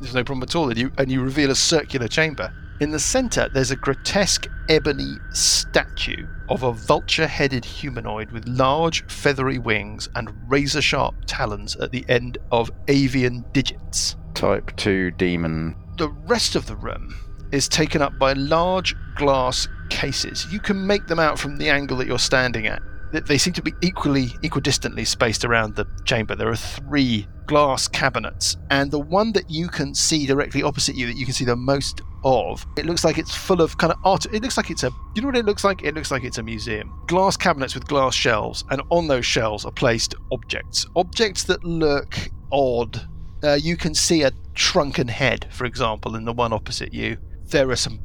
S1: There's no problem at all. And you, and you reveal a circular chamber. In the center, there's a grotesque ebony statue of a vulture headed humanoid with large, feathery wings and razor sharp talons at the end of avian digits.
S5: Type 2 demon.
S1: The rest of the room is taken up by large glass cases. You can make them out from the angle that you're standing at. They- They seem to be equally equidistantly spaced around the chamber. There are three glass cabinets, and the one that you can see directly opposite you, that you can see the most of, it looks like it's full of kind of art. It looks like it's a, you know what it looks like? It looks like it's a museum. Glass cabinets with glass shelves, and on those shelves are placed objects. Objects that look odd uh, you can see a shrunken head, for example, in the one opposite you. There are some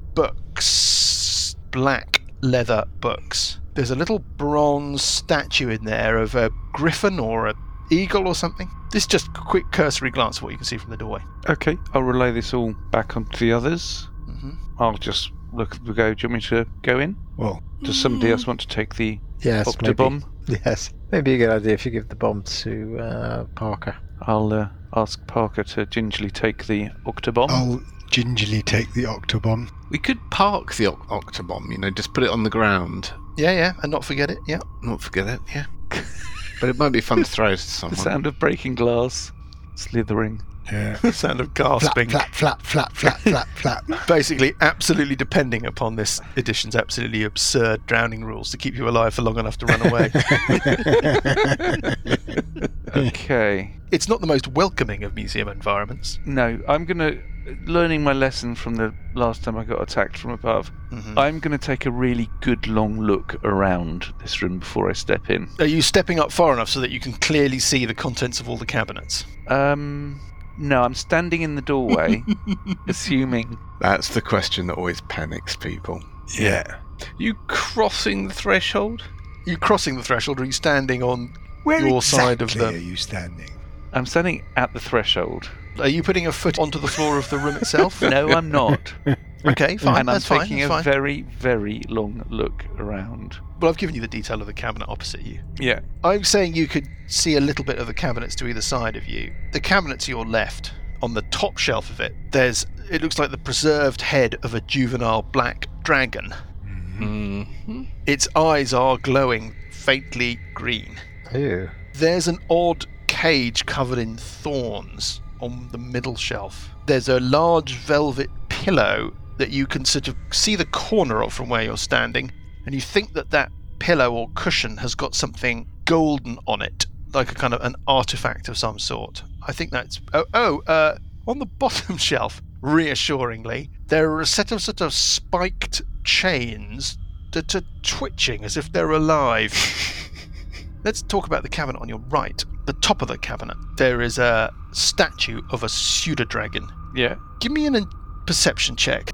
S1: books, black leather books. There's a little bronze statue in there of a griffin or a eagle or something. This is just a quick cursory glance of what you can see from the doorway.
S2: Okay, I'll relay this all back onto the others.
S1: hmm
S2: I'll just look at the go. Do you want me to go in?
S9: Well,
S2: Does somebody else want to take the
S3: Yes, maybe.
S2: octobomb?
S3: Yes, maybe a good idea if you give the bomb to uh, Parker.
S2: I'll uh, ask Parker to gingerly take the octobomb.
S9: I'll gingerly take the octobomb.
S13: We could park the oc- Octobomb, you know, just put it on the ground.
S1: Yeah, yeah, and not forget it. Yeah.
S13: Not forget it, yeah. but it might be fun to throw to
S2: the
S13: someone.
S2: sound of breaking glass, slithering.
S9: Yeah.
S1: The sound of
S9: Flap,
S1: gasping.
S9: flap, flap, flap, flap, flap, flap.
S1: Basically, absolutely depending upon this edition's absolutely absurd drowning rules to keep you alive for long enough to run away.
S2: Okay.
S1: it's not the most welcoming of museum environments.
S2: No, I'm going to. Learning my lesson from the last time I got attacked from above,
S1: Mhm.
S2: I'm going to take a really good long look around this room before I step in.
S1: Are you stepping up far enough so that you can clearly see the contents of all the cabinets?
S2: Um, no, I'm standing in the doorway, assuming.
S13: That's the question that always panics people.
S9: Yeah.
S13: You crossing the threshold?
S1: Are you crossing the threshold or are you standing on
S9: Where
S1: your
S9: exactly
S1: side of the.
S9: are you standing?
S2: I'm standing at the threshold.
S1: Are you putting a foot onto the floor of the room itself?
S2: No, I'm not.
S1: Okay, fine.
S2: and I'm
S1: that's fine,
S2: taking
S1: that's
S2: a
S1: fine.
S2: very, very long look around.
S1: Well, I've given you the detail of the cabinet opposite you.
S2: Yeah.
S1: I'm saying you could see a little bit of the cabinets to either side of you. The cabinet to your left, on the top shelf of it, there's it looks like the preserved head of a juvenile black dragon.
S13: Mm-hmm.
S1: Its eyes are glowing faintly green.
S13: Ew.
S1: There's an odd cage covered in thorns on the middle shelf. There's a large velvet pillow that you can sort of see the corner of from where you're standing, and you think that that pillow or cushion has got something golden on it, like a kind of an artifact of some sort. I think that's. Oh, oh uh, on the bottom shelf, reassuringly, there are a set of sort of spiked chains that are twitching as if they're alive. Let's talk about the cabinet on your right. The top of the cabinet, there is a statue of a pseudo dragon.
S2: Yeah.
S1: Give me an in- perception check.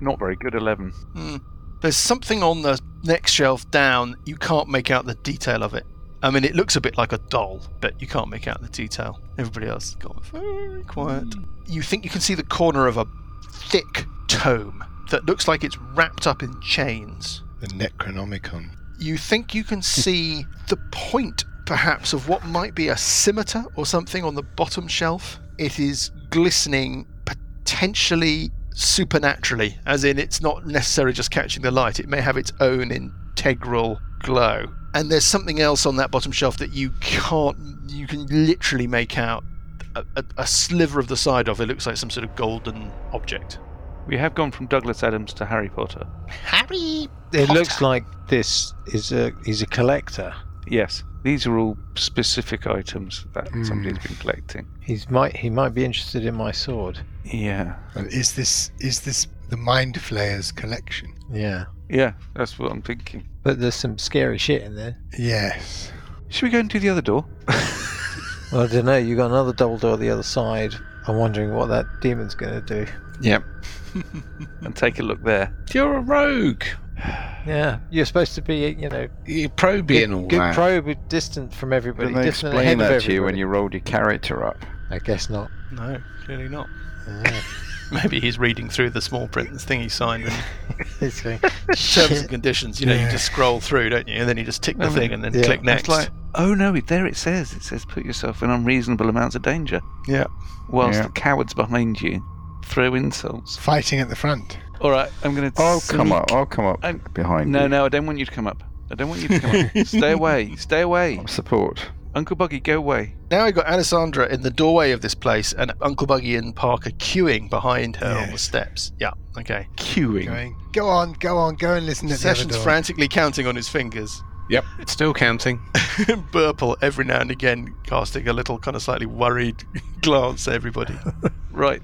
S2: Not very good. Eleven.
S1: Hmm. There's something on the next shelf down. You can't make out the detail of it. I mean, it looks a bit like a doll, but you can't make out the detail. Everybody else has gone very quiet. You think you can see the corner of a thick tome that looks like it's wrapped up in chains.
S9: The Necronomicon.
S1: you think you can see the point, perhaps, of what might be a scimitar or something on the bottom shelf. It is glistening potentially supernaturally, as in it's not necessarily just catching the light, it may have its own integral glow. And there's something else on that bottom shelf that you can't, you can literally make out a, a, a sliver of the side of. It looks like some sort of golden object.
S2: We have gone from Douglas Adams to Harry Potter.
S1: Harry!
S3: It looks like this is a is a collector.
S2: Yes. These are all specific items that somebody's been collecting.
S3: He's might he might be interested in my sword.
S2: Yeah.
S9: And is this is this the Mind Flayers collection?
S3: Yeah,
S2: Yeah, that's what I'm thinking.
S3: but there's some scary shit in there.
S9: Yes.
S2: Should we go and do the other door?
S3: Well, I don't know. You got another double door the other side. I'm wondering what that demon's going to do.
S13: Yep.
S2: and take a look there.
S13: You're a rogue.
S3: Yeah, you're supposed to be, you know,
S13: You're probing
S3: good,
S13: and all
S3: good
S13: that.
S3: probe with distant from everybody,
S5: Didn't they
S3: distant ahead
S5: explain
S3: of
S5: that
S3: everybody.
S5: to you when you rolled your character up?
S3: I guess not.
S1: No, clearly not.
S3: Yeah.
S1: Maybe he's reading through the small print thing he signed and
S3: It's going,
S1: terms
S3: shit.
S1: and conditions. You know, you just scroll through, don't you? And then you just tick the
S2: Well,
S1: thing and then
S3: yeah.
S1: click next.
S2: It's like, oh no, it- there it says. It says put yourself in unreasonable amounts of danger.
S1: Yeah.
S2: Whilst
S5: Yeah.
S2: the cowards behind you throw insults.
S9: Fighting at the front.
S2: All right, I'm going to.
S1: Oh,
S3: Oh,
S5: I'll come up. I'll come up
S2: I'm-
S5: behind
S2: No,
S5: you.
S2: no, I don't want you to come up. I don't want you to come up. Stay away. Stay away.
S5: Support.
S2: Uncle Buggy, go away.
S1: Now you've got Alessandra in the doorway of this place and Uncle Buggy and Parker queuing behind her on the
S9: Yes.
S1: steps. Yeah, okay.
S13: Queuing.
S9: Going, go on, go on, go and listen to
S1: Sessions
S9: the other door.
S1: frantically counting on his fingers.
S13: Yep. Still counting.
S1: Burple every now and again casting a little kind of slightly worried glance at everybody.
S2: Right.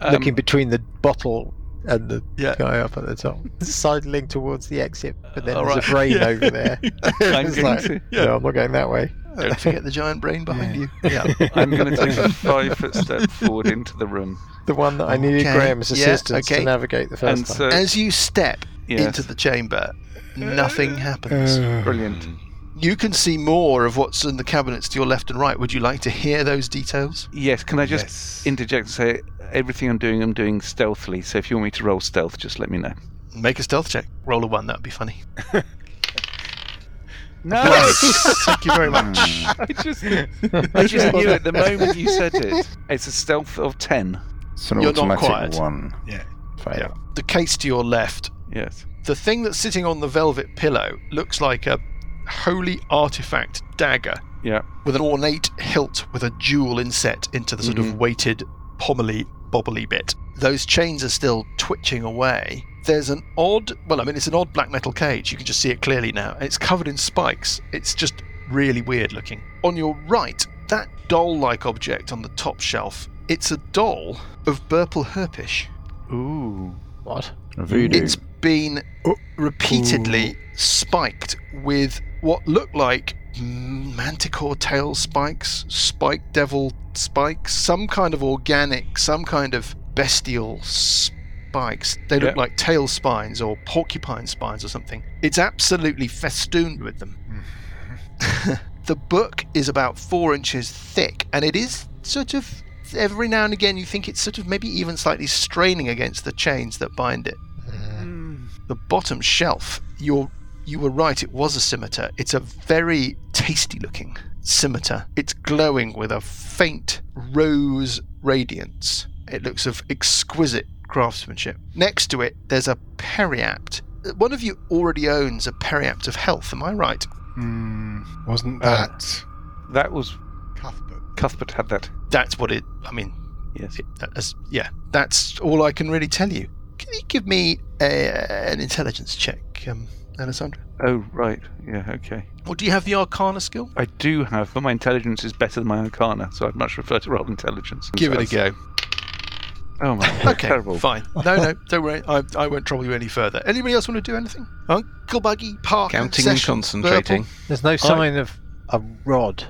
S2: Um,
S3: looking between the bottle and the
S1: Yeah.
S3: guy up at the top, sidling towards the exit, but then
S1: All
S3: there's a
S1: right.
S3: brain
S1: Yeah.
S3: over there.
S2: I'm
S3: It's
S2: going
S3: like,
S2: to.
S3: No, I'm not going that way.
S1: Don't forget the giant brain behind
S9: Yeah.
S1: you. Yeah.
S2: I'm going to take a five foot step forward into the room.
S3: The one that I needed
S1: Okay.
S3: Graham's
S1: Yeah,
S3: assistance
S1: okay.
S3: to navigate the first
S2: and
S3: time.
S2: so,
S1: As you step
S2: Yes.
S1: into the chamber, nothing happens.
S9: Uh,
S2: brilliant.
S1: You can see more of what's in the cabinets to your left and right. Would you like to hear those details?
S2: Yes, can I just
S9: Yes.
S2: interject and say everything I'm doing, I'm doing stealthily. So if you want me to roll stealth, just let me know.
S1: Make a stealth check. Roll a one. That'd be funny.
S2: No,
S1: Thank you very much.
S2: I just, I just knew at the moment you said it. It's a stealth of ten.
S5: It's an
S1: You're not quiet.
S5: automatic one.
S9: Yeah.
S5: Fail.
S1: The case to your left.
S2: Yes.
S1: The thing that's sitting on the velvet pillow looks like a holy artifact dagger
S2: Yeah.
S1: with an ornate hilt with a jewel inset into the sort
S2: Mm-hmm.
S1: of weighted pommely bobbly bit. Those chains are still twitching away. There's an odd, well, I mean, it's an odd black metal cage. You can just see it clearly now. It's covered in spikes. It's just really weird looking. On your right, that doll like object on the top shelf, it's a doll of Burple Herpish.
S2: Ooh.
S3: What?
S5: Voodoo.
S1: It's been repeatedly spiked with what look like manticore tail spikes, spike devil spikes, some kind of organic, some kind of bestial spikes. They look
S2: Yeah.
S1: like tail spines or porcupine spines or something. It's absolutely festooned with them. The book is about four inches thick, and it is sort of every now and again you think it's sort of maybe even slightly straining against the chains that bind it. The bottom shelf, you're you were right, it was a scimitar. It's a very tasty looking scimitar. It's glowing with a faint rose radiance. It looks of exquisite craftsmanship. Next to it, there's a periapt. One of you already owns a periapt of health, am I right?
S9: Hmm,
S13: Uh,
S9: wasn't that
S2: That was
S9: Cuthbert?
S2: Cuthbert had that.
S1: That's what it, I mean,
S2: Yes.
S1: it- that is- yeah, that's all I can really tell you. Can you give me a, an intelligence check, um, Alessandra?
S2: Oh right. Yeah. Okay.
S1: Or do you have the Arcana skill?
S2: I do have, but my intelligence is better than my arcana, so I'd much prefer to roll intelligence.
S1: Give it a go.
S2: Oh my. God,
S1: Okay,
S2: Terrible.
S1: fine. No, no, don't worry. I, I won't trouble you any further. Anybody else want to do anything? Uncle Buggy, Parker,
S13: Counting and
S1: Session,
S13: concentrating.
S1: Burple?
S3: There's no sign of a rod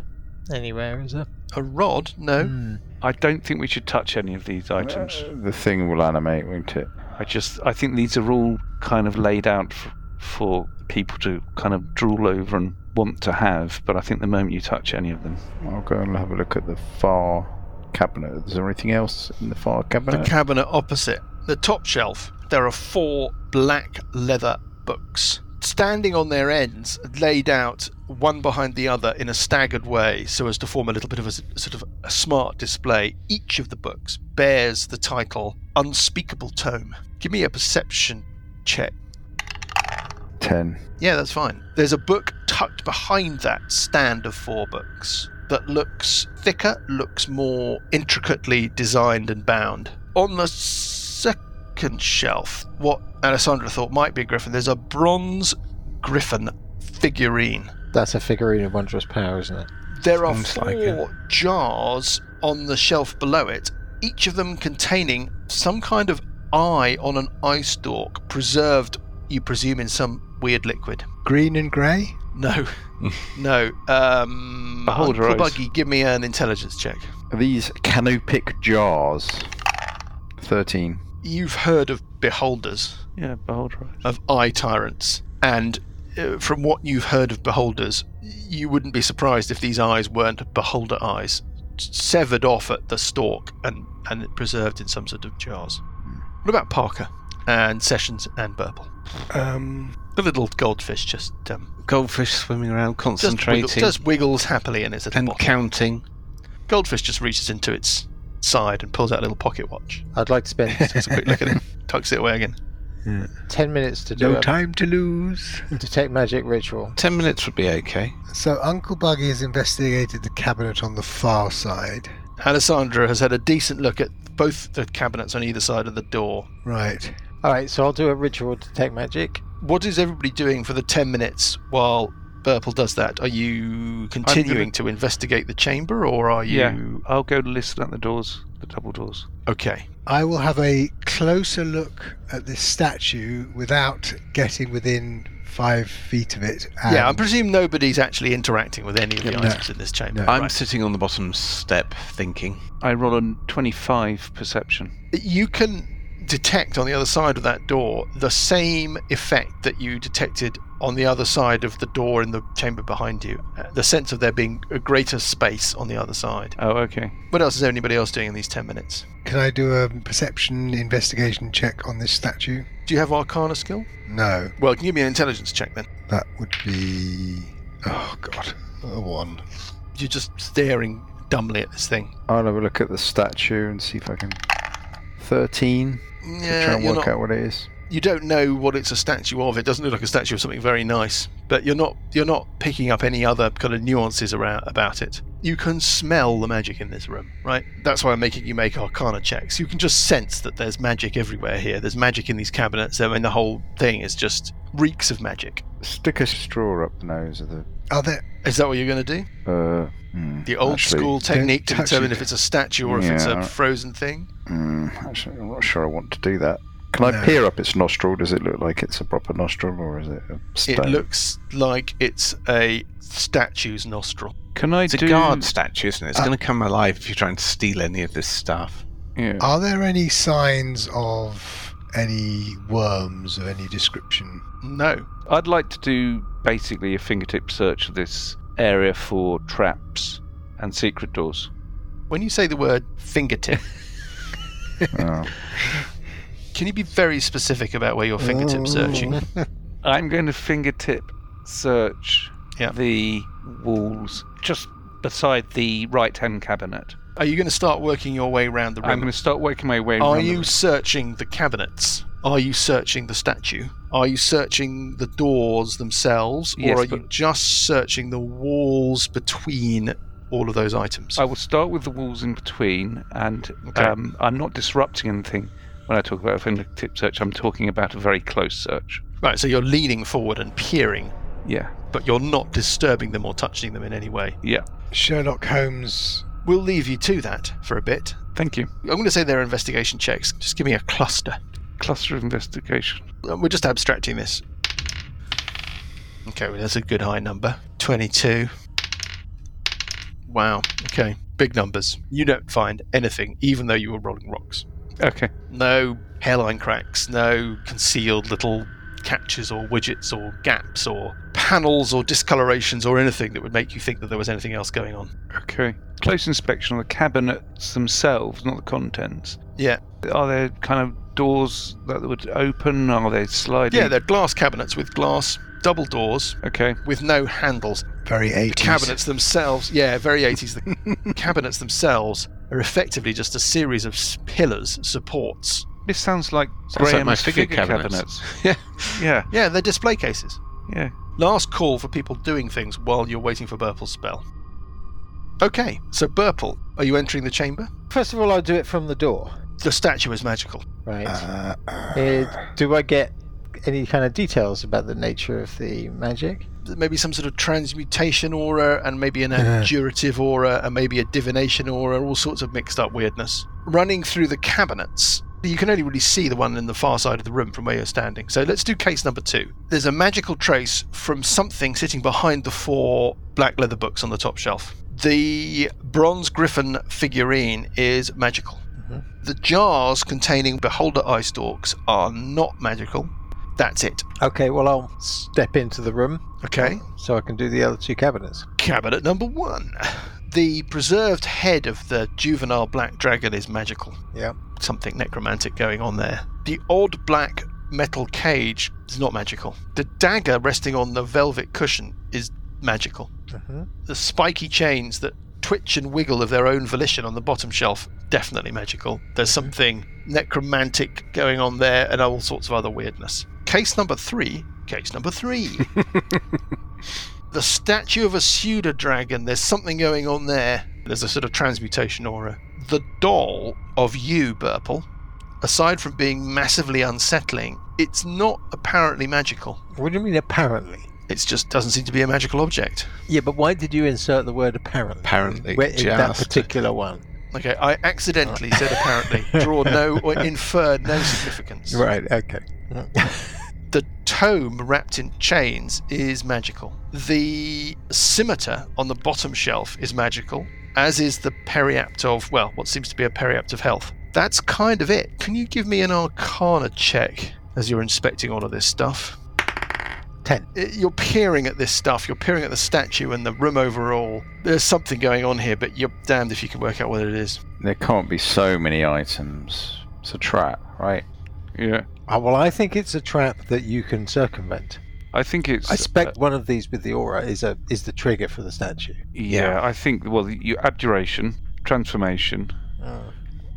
S3: anywhere, is there?
S1: A rod? No.
S2: I don't think we should touch any of these items.
S5: The thing will animate, won't it?
S2: I just, I think these are all kind of laid out f- for people to kind of drool over and want to have. But I think the moment you touch any of them,
S5: I'll go and have a look at the far cabinet. Is there anything else in the far
S1: The
S5: cabinet?
S1: cabinet opposite, the top shelf, there are four black leather books. Standing on their ends, laid out one behind the other in a staggered way so as to form a little bit of a s- sort of a smart display, each of the books bears the title Unspeakable Tome. Give me a perception check.
S5: Ten.
S1: Yeah, that's fine. There's a book tucked behind that stand of four books that looks thicker, looks more intricately designed and bound. On the second shelf, what Alessandra thought might be a griffin, there's a bronze griffin figurine.
S3: That's a figurine of wondrous power, isn't it?
S1: There are
S13: Sounds
S1: four
S13: like
S1: jars on the shelf below it, each of them containing some kind of eye on an eye stalk, preserved, you presume, in some weird liquid.
S9: Green and grey?
S1: No, no. Um,
S2: Beholder
S1: Uncle
S2: eyes.
S1: Buggy, give me an intelligence check.
S5: Are these canopic jars? Thirteen.
S1: You've heard of beholders,
S2: yeah, behold right.
S1: of eye tyrants, and uh, from what you've heard of beholders, you wouldn't be surprised if these eyes weren't beholder eyes, s- severed off at the stalk and and preserved in some sort of jars. What about Parker and Sessions and Burple?
S9: Um,
S1: The little goldfish just um,
S13: Goldfish swimming around,
S1: just,
S13: concentrating
S1: wiggle, just wiggles happily in its little
S13: and
S1: bottle.
S13: counting.
S1: Goldfish just reaches into its side and pulls out a little pocket watch.
S3: I'd like to spend
S1: Takes a quick look at it, tucks it away again.
S3: ten minutes to do
S9: no
S3: a
S9: time to lose.
S3: detect magic ritual.
S13: Ten minutes would be okay.
S9: So Uncle Buggy has investigated the cabinet on the far side.
S1: Alessandra has had a decent look at both the cabinets on either side of the door.
S9: Right.
S3: All right, so I'll do a ritual to detect magic.
S1: What is everybody doing for the 10 minutes while Burple does that? Are you continuing to investigate the chamber or are you.
S2: Yeah, I'll go listen at the doors, the double doors.
S1: Okay.
S9: I will have a closer look at this statue without getting within five feet of it. and-
S1: yeah, I presume nobody's actually interacting with any of the
S9: Yeah, no.
S1: items in this chamber.
S9: No.
S1: Right.
S13: I'm sitting on the bottom step thinking.
S2: I roll a 25 perception.
S1: you can detect on the other side of that door the same effect that you detected on the other side of the door in the chamber behind you. Uh, The sense of there being a greater space on the other side.
S9: Uh,
S2: Oh, okay.
S1: What else is anybody else doing in these 10 minutes?
S9: Can I do a perception investigation check on this statue?
S1: Do you have Arcana skill?
S9: No,
S1: Well, can you give me an intelligence check then?
S9: that would be. Oh God, a one.
S1: You're just staring dumbly at this thing.
S5: I'll have a look at the statue and see if I can. Thirteen. to try
S1: Yeah,
S5: and
S1: Uh, you're
S5: work
S1: not,
S5: out what it is.
S1: you don't know what it's a statue of. It doesn't look like a statue of something very nice, but you're not you're not picking up any other kind of nuances around about it. You can smell the magic in this room, right? That's why I'm making you make arcana checks. You can just sense that there's magic everywhere here. There's magic in these cabinets. I mean, the whole thing is just reeks of magic.
S5: Stick a straw up the nose of the.
S9: Are there?
S1: Is that what you're going to do?
S5: Uh, hmm,
S1: The old
S5: actually-
S1: school technique to
S9: touch
S1: determine
S9: it.
S1: if it's a statue or if it's
S5: Yeah.
S1: a frozen thing?
S5: Hmm, actually, I'm not sure I want to do that. Can I
S9: No.
S5: peer up its nostril? Does it look like it's a proper nostril, or is it a
S1: It
S5: stone?
S1: looks like it's a statue's nostril.
S2: Can I
S13: It's a
S2: do
S13: guard statue, isn't it? It's
S9: Uh,
S13: going to come alive if you try and steal any of this stuff.
S5: Yeah.
S9: Are there any signs of any worms of any description?
S1: No.
S2: I'd like to do basically a fingertip search of this area for traps and secret doors.
S1: When you say the word fingertip,
S5: Oh.
S1: can you be very specific about where you're
S2: Mm.
S1: fingertip
S3: Mm.
S1: searching?
S2: I'm going to fingertip search the walls just beside the right hand cabinet.
S1: Are you going to start working your way around the room?
S2: I'm going to start working my way
S1: Are
S2: around the
S1: you searching the cabinets? Are you searching the statue? Are you searching the doors themselves?
S2: Yes,
S1: or are you
S2: but-
S1: just searching the walls between all of those items?
S2: I will start with the walls in between, and um, I'm not disrupting anything when I talk about a fingertip search. I'm talking about a very close search.
S1: Right, so you're leaning forward and peering,
S2: Yeah,
S1: but you're not disturbing them or touching them in any way.
S2: yeah.
S9: Sherlock Holmes.
S1: We'll leave you to that for a bit.
S2: Thank you.
S1: I'm going to say they're investigation checks. Just give me a cluster.
S2: Cluster of investigation.
S1: We're just abstracting this. Okay, well, that's a good high number. 22. Wow. Okay, big numbers. You don't find anything, even though you were rolling rocks.
S2: Okay.
S1: No hairline cracks, no concealed little catches or widgets or gaps or panels or discolorations or anything that would make you think that there was anything else going on.
S2: Okay. Close inspection of the cabinets themselves, not the contents.
S1: Yeah.
S2: Are there kind of doors that would open? Are they sliding?
S1: Yeah, they're glass cabinets with glass double doors
S2: Okay.
S1: with no handles.
S9: Very 80s.
S1: The cabinets themselves, yeah, very 80s. The cabinets themselves are effectively just a series of s- pillars, supports.
S2: This sounds like
S13: like
S2: Graham's
S13: my
S2: figure,
S13: figure
S2: cabinets.
S13: cabinets.
S1: Yeah,
S2: Yeah.
S1: yeah, they're display cases.
S2: Yeah.
S1: Last call for people doing things while you're waiting for Burple's spell. Okay, so Burple, are you entering the chamber?
S3: First of all, I'll do it from the door.
S1: The statue is magical.
S3: Right. Uh, do I get any kind of details about the nature of the magic?
S1: Maybe some sort of transmutation aura, and maybe an abjurative aura, and maybe a divination aura, all sorts of mixed up weirdness. Running through the cabinets, you can only really see the one in the far side of the room from where you're standing. So let's do case number two. There's a magical trace from something sitting behind the four black leather books on the top shelf. The bronze griffin figurine is magical. The jars containing beholder eye stalks are not magical. That's it.
S3: Okay, well, I'll step into the room
S1: Okay.
S3: so I can do the other two cabinets.
S1: Cabinet number one. The preserved head of the juvenile black dragon is magical.
S3: Yeah.
S1: Something necromantic going on there. The odd black metal cage is not magical. The dagger resting on the velvet cushion is magical.
S3: Mhm.
S1: The spiky chains that twitch and wiggle of their own volition on the bottom shelf, definitely magical. There's something necromantic going on there and all sorts of other weirdness. Case number three. Case number three the statue of a pseudo dragon. There's something going on there. There's a sort of transmutation aura. The doll of you, Burple, aside from being massively unsettling, it's not apparently magical.
S3: What do you mean, apparently?
S1: It just doesn't seem to be a magical object.
S3: Yeah, but why did you insert the word apparently?
S13: Apparently,
S3: Where- in that
S13: just.
S3: particular one.
S1: Okay, I accidentally said apparently. Draw no or infer no significance.
S3: Right, okay.
S1: The tome wrapped in chains is magical. The scimitar on the bottom shelf is magical, as is the periapt of, well, what seems to be a periapt of health. That's kind of it. Can you give me an arcana check as you're inspecting all of this stuff?
S3: Ten.
S1: It- You're peering at this stuff, you're peering at the statue and the room overall. There's something going on here, but you're damned if you can work out what it is.
S5: There can't be so many items. It's a trap, right?
S2: Yeah.
S3: Ah, well, I think it's a trap that you can circumvent. uh,
S2: I think it's. uh,
S3: I suspect one of these with the aura is a is the trigger for the statue.
S2: Yeah, I think well, you abjuration, transformation,
S3: Uh,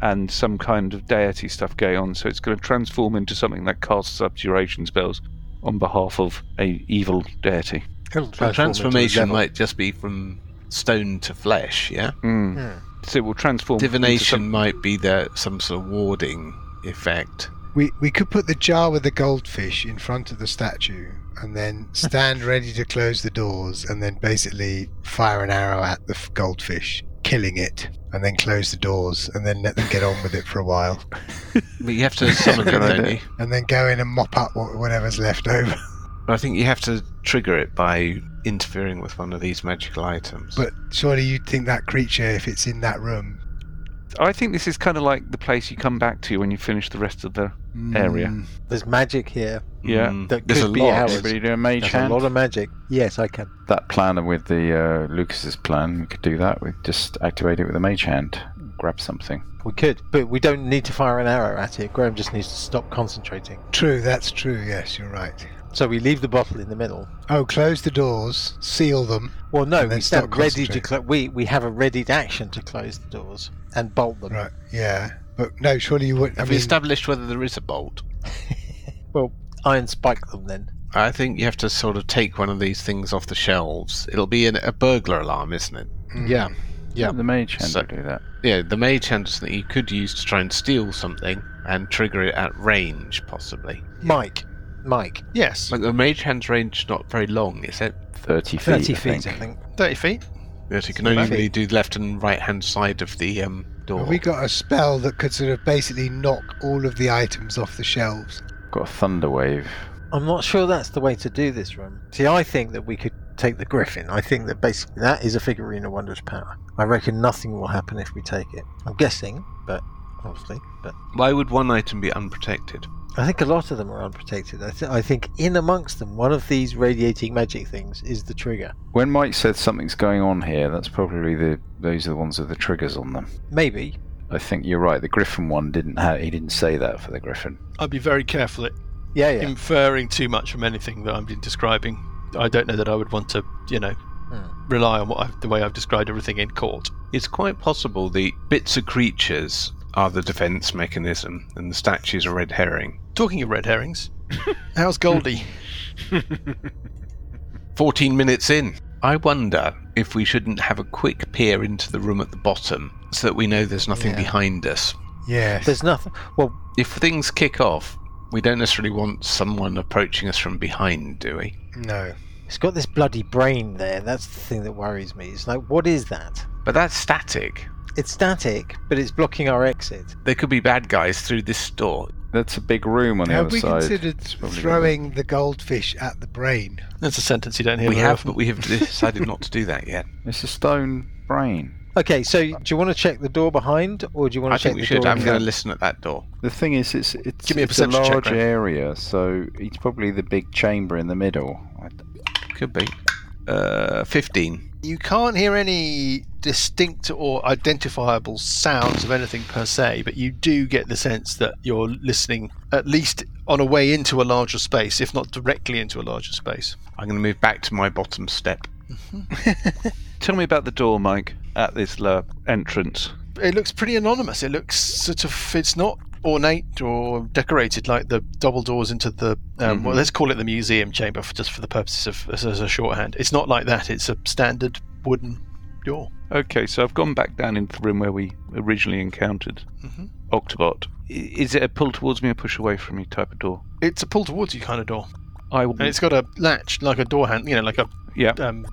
S2: and some kind of deity stuff going on. So it's going to transform into something that casts abjuration spells on behalf of a evil deity.
S3: It'll transform into a
S13: The transformation
S3: devil.
S13: might just be from stone to flesh, yeah?
S2: Mm. So it will transform. into
S13: Divination
S2: some-
S13: might be the, some sort of warding effect.
S9: We, we could put the jar with the goldfish in front of the statue and then stand ready to close the doors and then basically fire an arrow at the f- goldfish, killing it, and then close the doors and then let them get on with it for a while.
S13: But you have to summon it,
S5: Good
S13: don't
S5: idea.
S13: you?
S9: And then go in and mop up wha- whatever's left over.
S13: I think you have to trigger it by interfering with one of these magical items.
S9: But surely you'd think that creature, if it's in that room,
S2: I think this is kind of like the place you come back to when you finish the rest of the area.
S3: Mm. There's magic here.
S2: Yeah.
S3: That
S4: There's
S3: could
S4: a
S3: be
S4: lot.
S3: ours.
S5: Everybody do a mage
S3: There's
S5: hand.
S3: a lot of magic. Yes, I can.
S5: That plan with the uh, Lucas's plan, we could do that. We just activate it with a mage hand, grab something.
S3: We could, but we don't need to fire an arrow at it. Graham just needs to stop concentrating.
S9: True, that's true. Yes, you're right.
S3: So we leave the bottle in the middle.
S9: Oh, close the doors, seal them.
S3: Well, no,
S9: And then
S3: we stand
S9: stop
S3: ready to
S9: concentrating.
S3: close. We we have a readied action to close the doors and bolt them.
S9: Right. Yeah, but no, surely you wouldn't. I
S4: Have we
S9: mean,
S4: established whether there is a bolt?
S3: Well, iron spike them then.
S4: I think you have to sort of take one of these things off the shelves. It'll be an, a burglar alarm, isn't it?
S13: Yeah. Yeah.
S5: The mage hand
S4: So-
S5: would do that.
S4: Yeah, the mage hand is something you could use to try and steal something and trigger it at range, possibly.
S3: Mike, Mike,
S1: Yes.
S4: But the mage hand's range is not very long, is it?
S5: 30 feet.
S3: thirty
S5: I
S3: feet,
S5: think.
S3: I think.
S1: 30 feet.
S4: Yes, you can only really do the left and right hand side of the um, door.
S9: have we got a spell that could sort of basically knock all of the items off the shelves.
S5: Got a thunder wave.
S3: I'm not sure that's the way to do this, Rum. See, I think that we could take the griffin. I think that basically that is a figurine of wondrous power. I reckon nothing will happen if we take it. I'm guessing, but obviously, but
S4: Why would one item be unprotected?
S3: I think a lot of them are unprotected. I, th- I think in amongst them, one of these radiating magic things is the trigger.
S5: When Mike said something's going on here, that's probably the those are the ones with the triggers on them.
S3: Maybe.
S5: I think you're right. The Griffin one didn't have. He didn't say that for the Griffin.
S1: I'd be very careful at
S3: Yeah, yeah.
S1: inferring too much from anything that I've been describing. I don't know that I would want to, you know,
S3: Hmm.
S1: rely on what I've, the way I've described everything in court.
S13: It's quite possible the bits of creatures are the defense mechanism and the statues are red herring.
S1: Talking of red herrings, how's Goldie?
S13: 14 minutes in. I wonder if we shouldn't have a quick peer into the room at the bottom so that we know there's nothing
S9: Yeah.
S13: behind us.
S9: Yes.
S3: There's nothing. Well,
S13: If things kick off, we don't necessarily want someone approaching us from behind, do we?
S9: No.
S3: it's got this bloody brain there. That's the thing that worries me. It's like, what is that?
S13: But that's static.
S3: It's static, but it's blocking our exit.
S13: There could be bad guys through this door.
S5: That's a big room on the
S9: Have
S5: other
S9: we
S5: side.
S9: considered
S5: probably
S9: throwing the goldfish at the brain?
S1: That's a sentence you don't hear
S13: we
S1: very
S13: have,
S1: often.
S13: but we have decided not to do that yet.
S5: It's a stone brain.
S3: Okay, so do you want to check the door behind, or do you want to
S13: I
S3: check
S13: think we
S3: the
S13: should.
S3: door?
S13: I'm
S3: in
S13: going
S3: front?
S13: to listen at that door.
S5: The thing is, it's it's,
S1: Give me a
S5: it's a
S1: perception check,
S5: large
S1: Graham.
S5: area, so it's probably the big chamber in the middle. I d-
S13: Could be. Uh, 15.
S1: You can't hear any distinct or identifiable sounds of anything per se, but you do get the sense that you're listening at least on a way into a larger space, if not directly into a larger space.
S13: I'm going to move back to my bottom step.
S2: Tell me about the door, Mike, at this lower entrance.
S1: It looks pretty anonymous. It looks sort of, it's not ornate or decorated like the double doors into the, um,
S2: Mm-hmm.
S1: well, let's call it the museum chamber for, just for the purposes of as, as a shorthand. It's not like that. It's a standard wooden door.
S2: Okay, so I've gone back down into the room where we originally encountered
S4: Mm-hmm.
S1: Mhm.
S2: Octobot. I- Is it a pull towards me or push away from me type of door?
S1: It's a pull towards you kind of door.
S2: I will.
S1: And it's got a latch, like a door hand, you know, like a,
S2: yeah,
S1: um,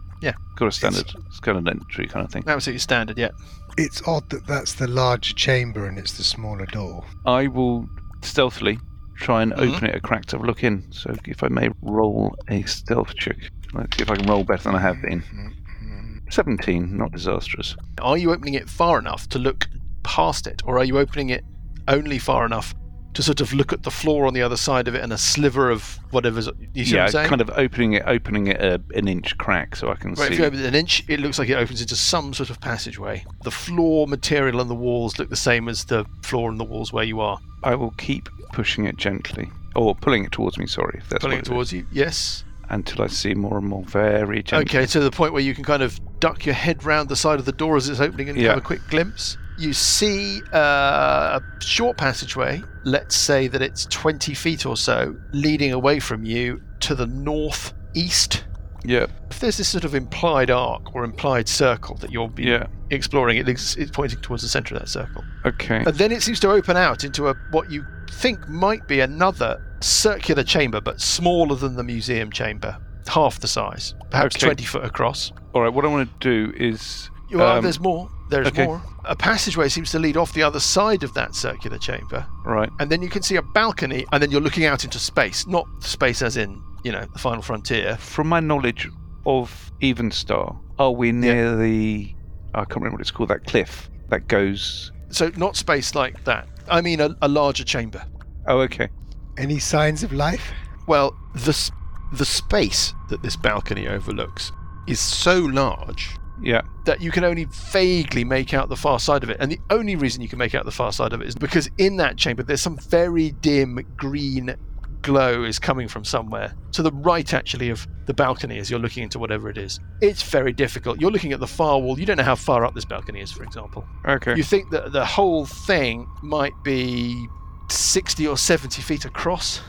S2: got a standard. It's kind of an entry kind of thing.
S1: absolutely standard, yeah.
S9: It's odd that that's the larger chamber and it's the smaller door.
S2: I will stealthily try and
S4: Mm-hmm.
S1: Mhm.
S2: open it a crack to have a look in. So if I may roll a stealth check. Let's see if I can roll better than I have been.
S4: Mm-hmm.
S2: 17, not disastrous.
S1: Are you opening it far enough to look past it, or are you opening it only far enough to sort of look at the floor on the other side of it and a sliver of whatever's? You see
S2: yeah,
S1: what I'm saying?
S2: kind of opening it, opening it a, an inch crack so I can
S1: Right,
S2: see.
S1: if you open it an inch, it looks like it opens into some sort of passageway. The floor material and the walls look the same as the floor and the walls where you are.
S2: I will keep pushing it gently, or pulling it towards me. Sorry, if that's
S1: Pulling
S2: what
S1: it
S2: is,
S1: towards you, yes.
S2: until I see more and more very gently.
S1: Okay, to the point where you can kind of duck your head round the side of the door as it's opening and
S2: Yeah.
S1: have a quick glimpse. You see uh, a short passageway, let's say that it's 20 feet or so, leading away from you to the northeast.
S2: Yeah,
S1: If there's this sort of implied arc or implied circle that you'll be
S2: yeah.
S1: exploring, it looks, it's pointing towards the centre of that circle.
S2: Okay.
S1: And then it seems to open out into a what you think might be another circular chamber, but smaller than the museum chamber, half the size, perhaps
S2: Okay.
S1: 20 foot across.
S2: All right. What I want to do is
S1: You are,
S2: Um,
S1: there's more. There's
S2: okay.
S1: more. A passageway seems to lead off the other side of that circular chamber,
S2: right.
S1: and then you can see a balcony, and then you're looking out into space. Not space as in, you know, the final frontier.
S2: From my knowledge of Evenstar, are we near the? I can't remember what it's called. That cliff that goes
S1: So not space like that. I mean a, a larger chamber.
S2: Oh, okay.
S9: Any signs of life?
S15: Well, the s- the space that this balcony overlooks is so large
S2: Yeah.
S1: that you can only vaguely make out the far side of it. And the only reason you can make out the far side of it is because in that chamber there's some very dim green glow is coming from somewhere to the right actually of the balcony as you're looking into whatever it is it's very difficult you're looking at the far wall you don't know how far up this balcony is for example
S2: Okay.
S1: you think that the whole thing might be 60 or 70 feet across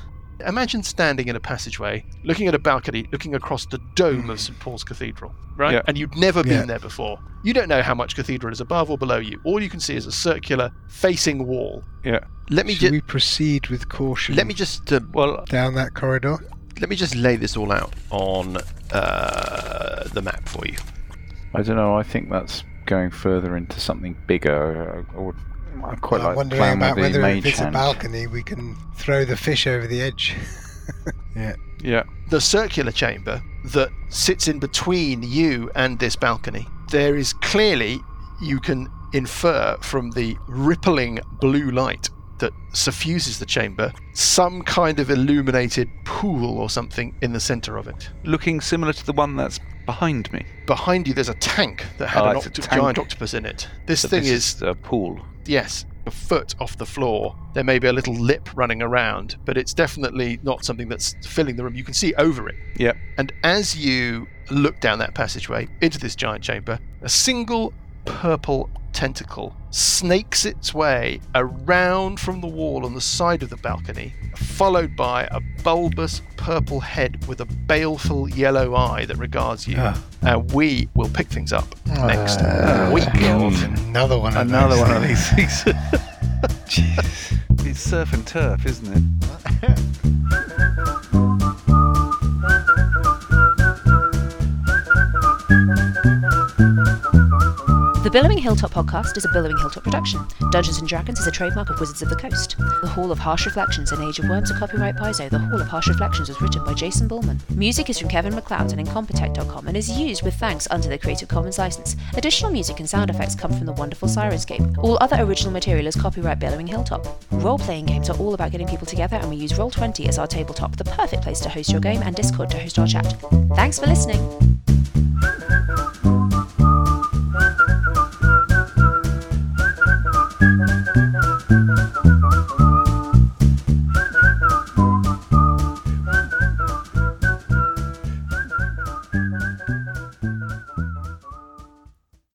S1: imagine standing in a passageway looking at a balcony looking across the dome of st paul's cathedral right
S2: Yeah.
S1: and you'd never been
S9: Yeah.
S1: there before you don't know how much cathedral is above or below you all you can see is a circular facing wall
S2: Yeah.
S15: let me
S9: Should
S15: just
S9: we proceed with caution
S15: let me just uh,
S2: Well,
S9: down that corridor?
S15: let me just lay this all out on uh, the map for you.
S5: I don't know. I think that's going further into something bigger. I, I would, I quite
S9: I'm
S5: like the
S9: wondering
S5: plan
S9: about
S5: with the
S9: whether if
S5: mage
S9: it's
S5: hand.
S9: a balcony, we can throw the fish over the edge. yeah.
S2: yeah.
S1: the circular chamber that sits in between you and this balcony. There is clearly, you can infer from the rippling blue light that suffuses the chamber, some kind of illuminated pool or something in the center of it.
S2: Looking similar to the one that's behind me.
S1: Behind you, there's a tank that had
S2: Oh,
S1: an
S2: it's a
S1: oct-
S2: tank.
S1: giant octopus in it. This
S2: But
S1: thing
S2: this
S1: is,
S2: uh, a pool.
S1: yes, a foot off the floor. There may be a little lip running around, but it's definitely not something that's filling the room. You can see over it.
S2: Yeah.
S1: And as you look down that passageway into this giant chamber, a single purple tentacle snakes its way around from the wall on the side of the balcony, followed by a bulbous purple head with a baleful yellow eye that regards you. And we will pick things up next week.
S9: Another one of
S13: Another
S9: those
S13: one of
S9: things.
S13: these things.
S2: It's surf and turf, isn't it?
S16: The Billowing Hilltop podcast is a Billowing Hilltop production. Dungeons and Dragons is a trademark of Wizards of the Coast. The Hall of Harsh Reflections and Age of Worms are copyright Paizo. The Hall of Harsh Reflections was written by Jason Bullman. Music is from Kevin McLeod and Incompetech.com and is used with thanks under the Creative Commons license. Additional music and sound effects come from the wonderful Sirenscape. All other original material is copyright Billowing Hilltop. Role playing games are all about getting people together, and we use Roll20 as our tabletop, the perfect place to host your game, and Discord to host our chat. Thanks for listening!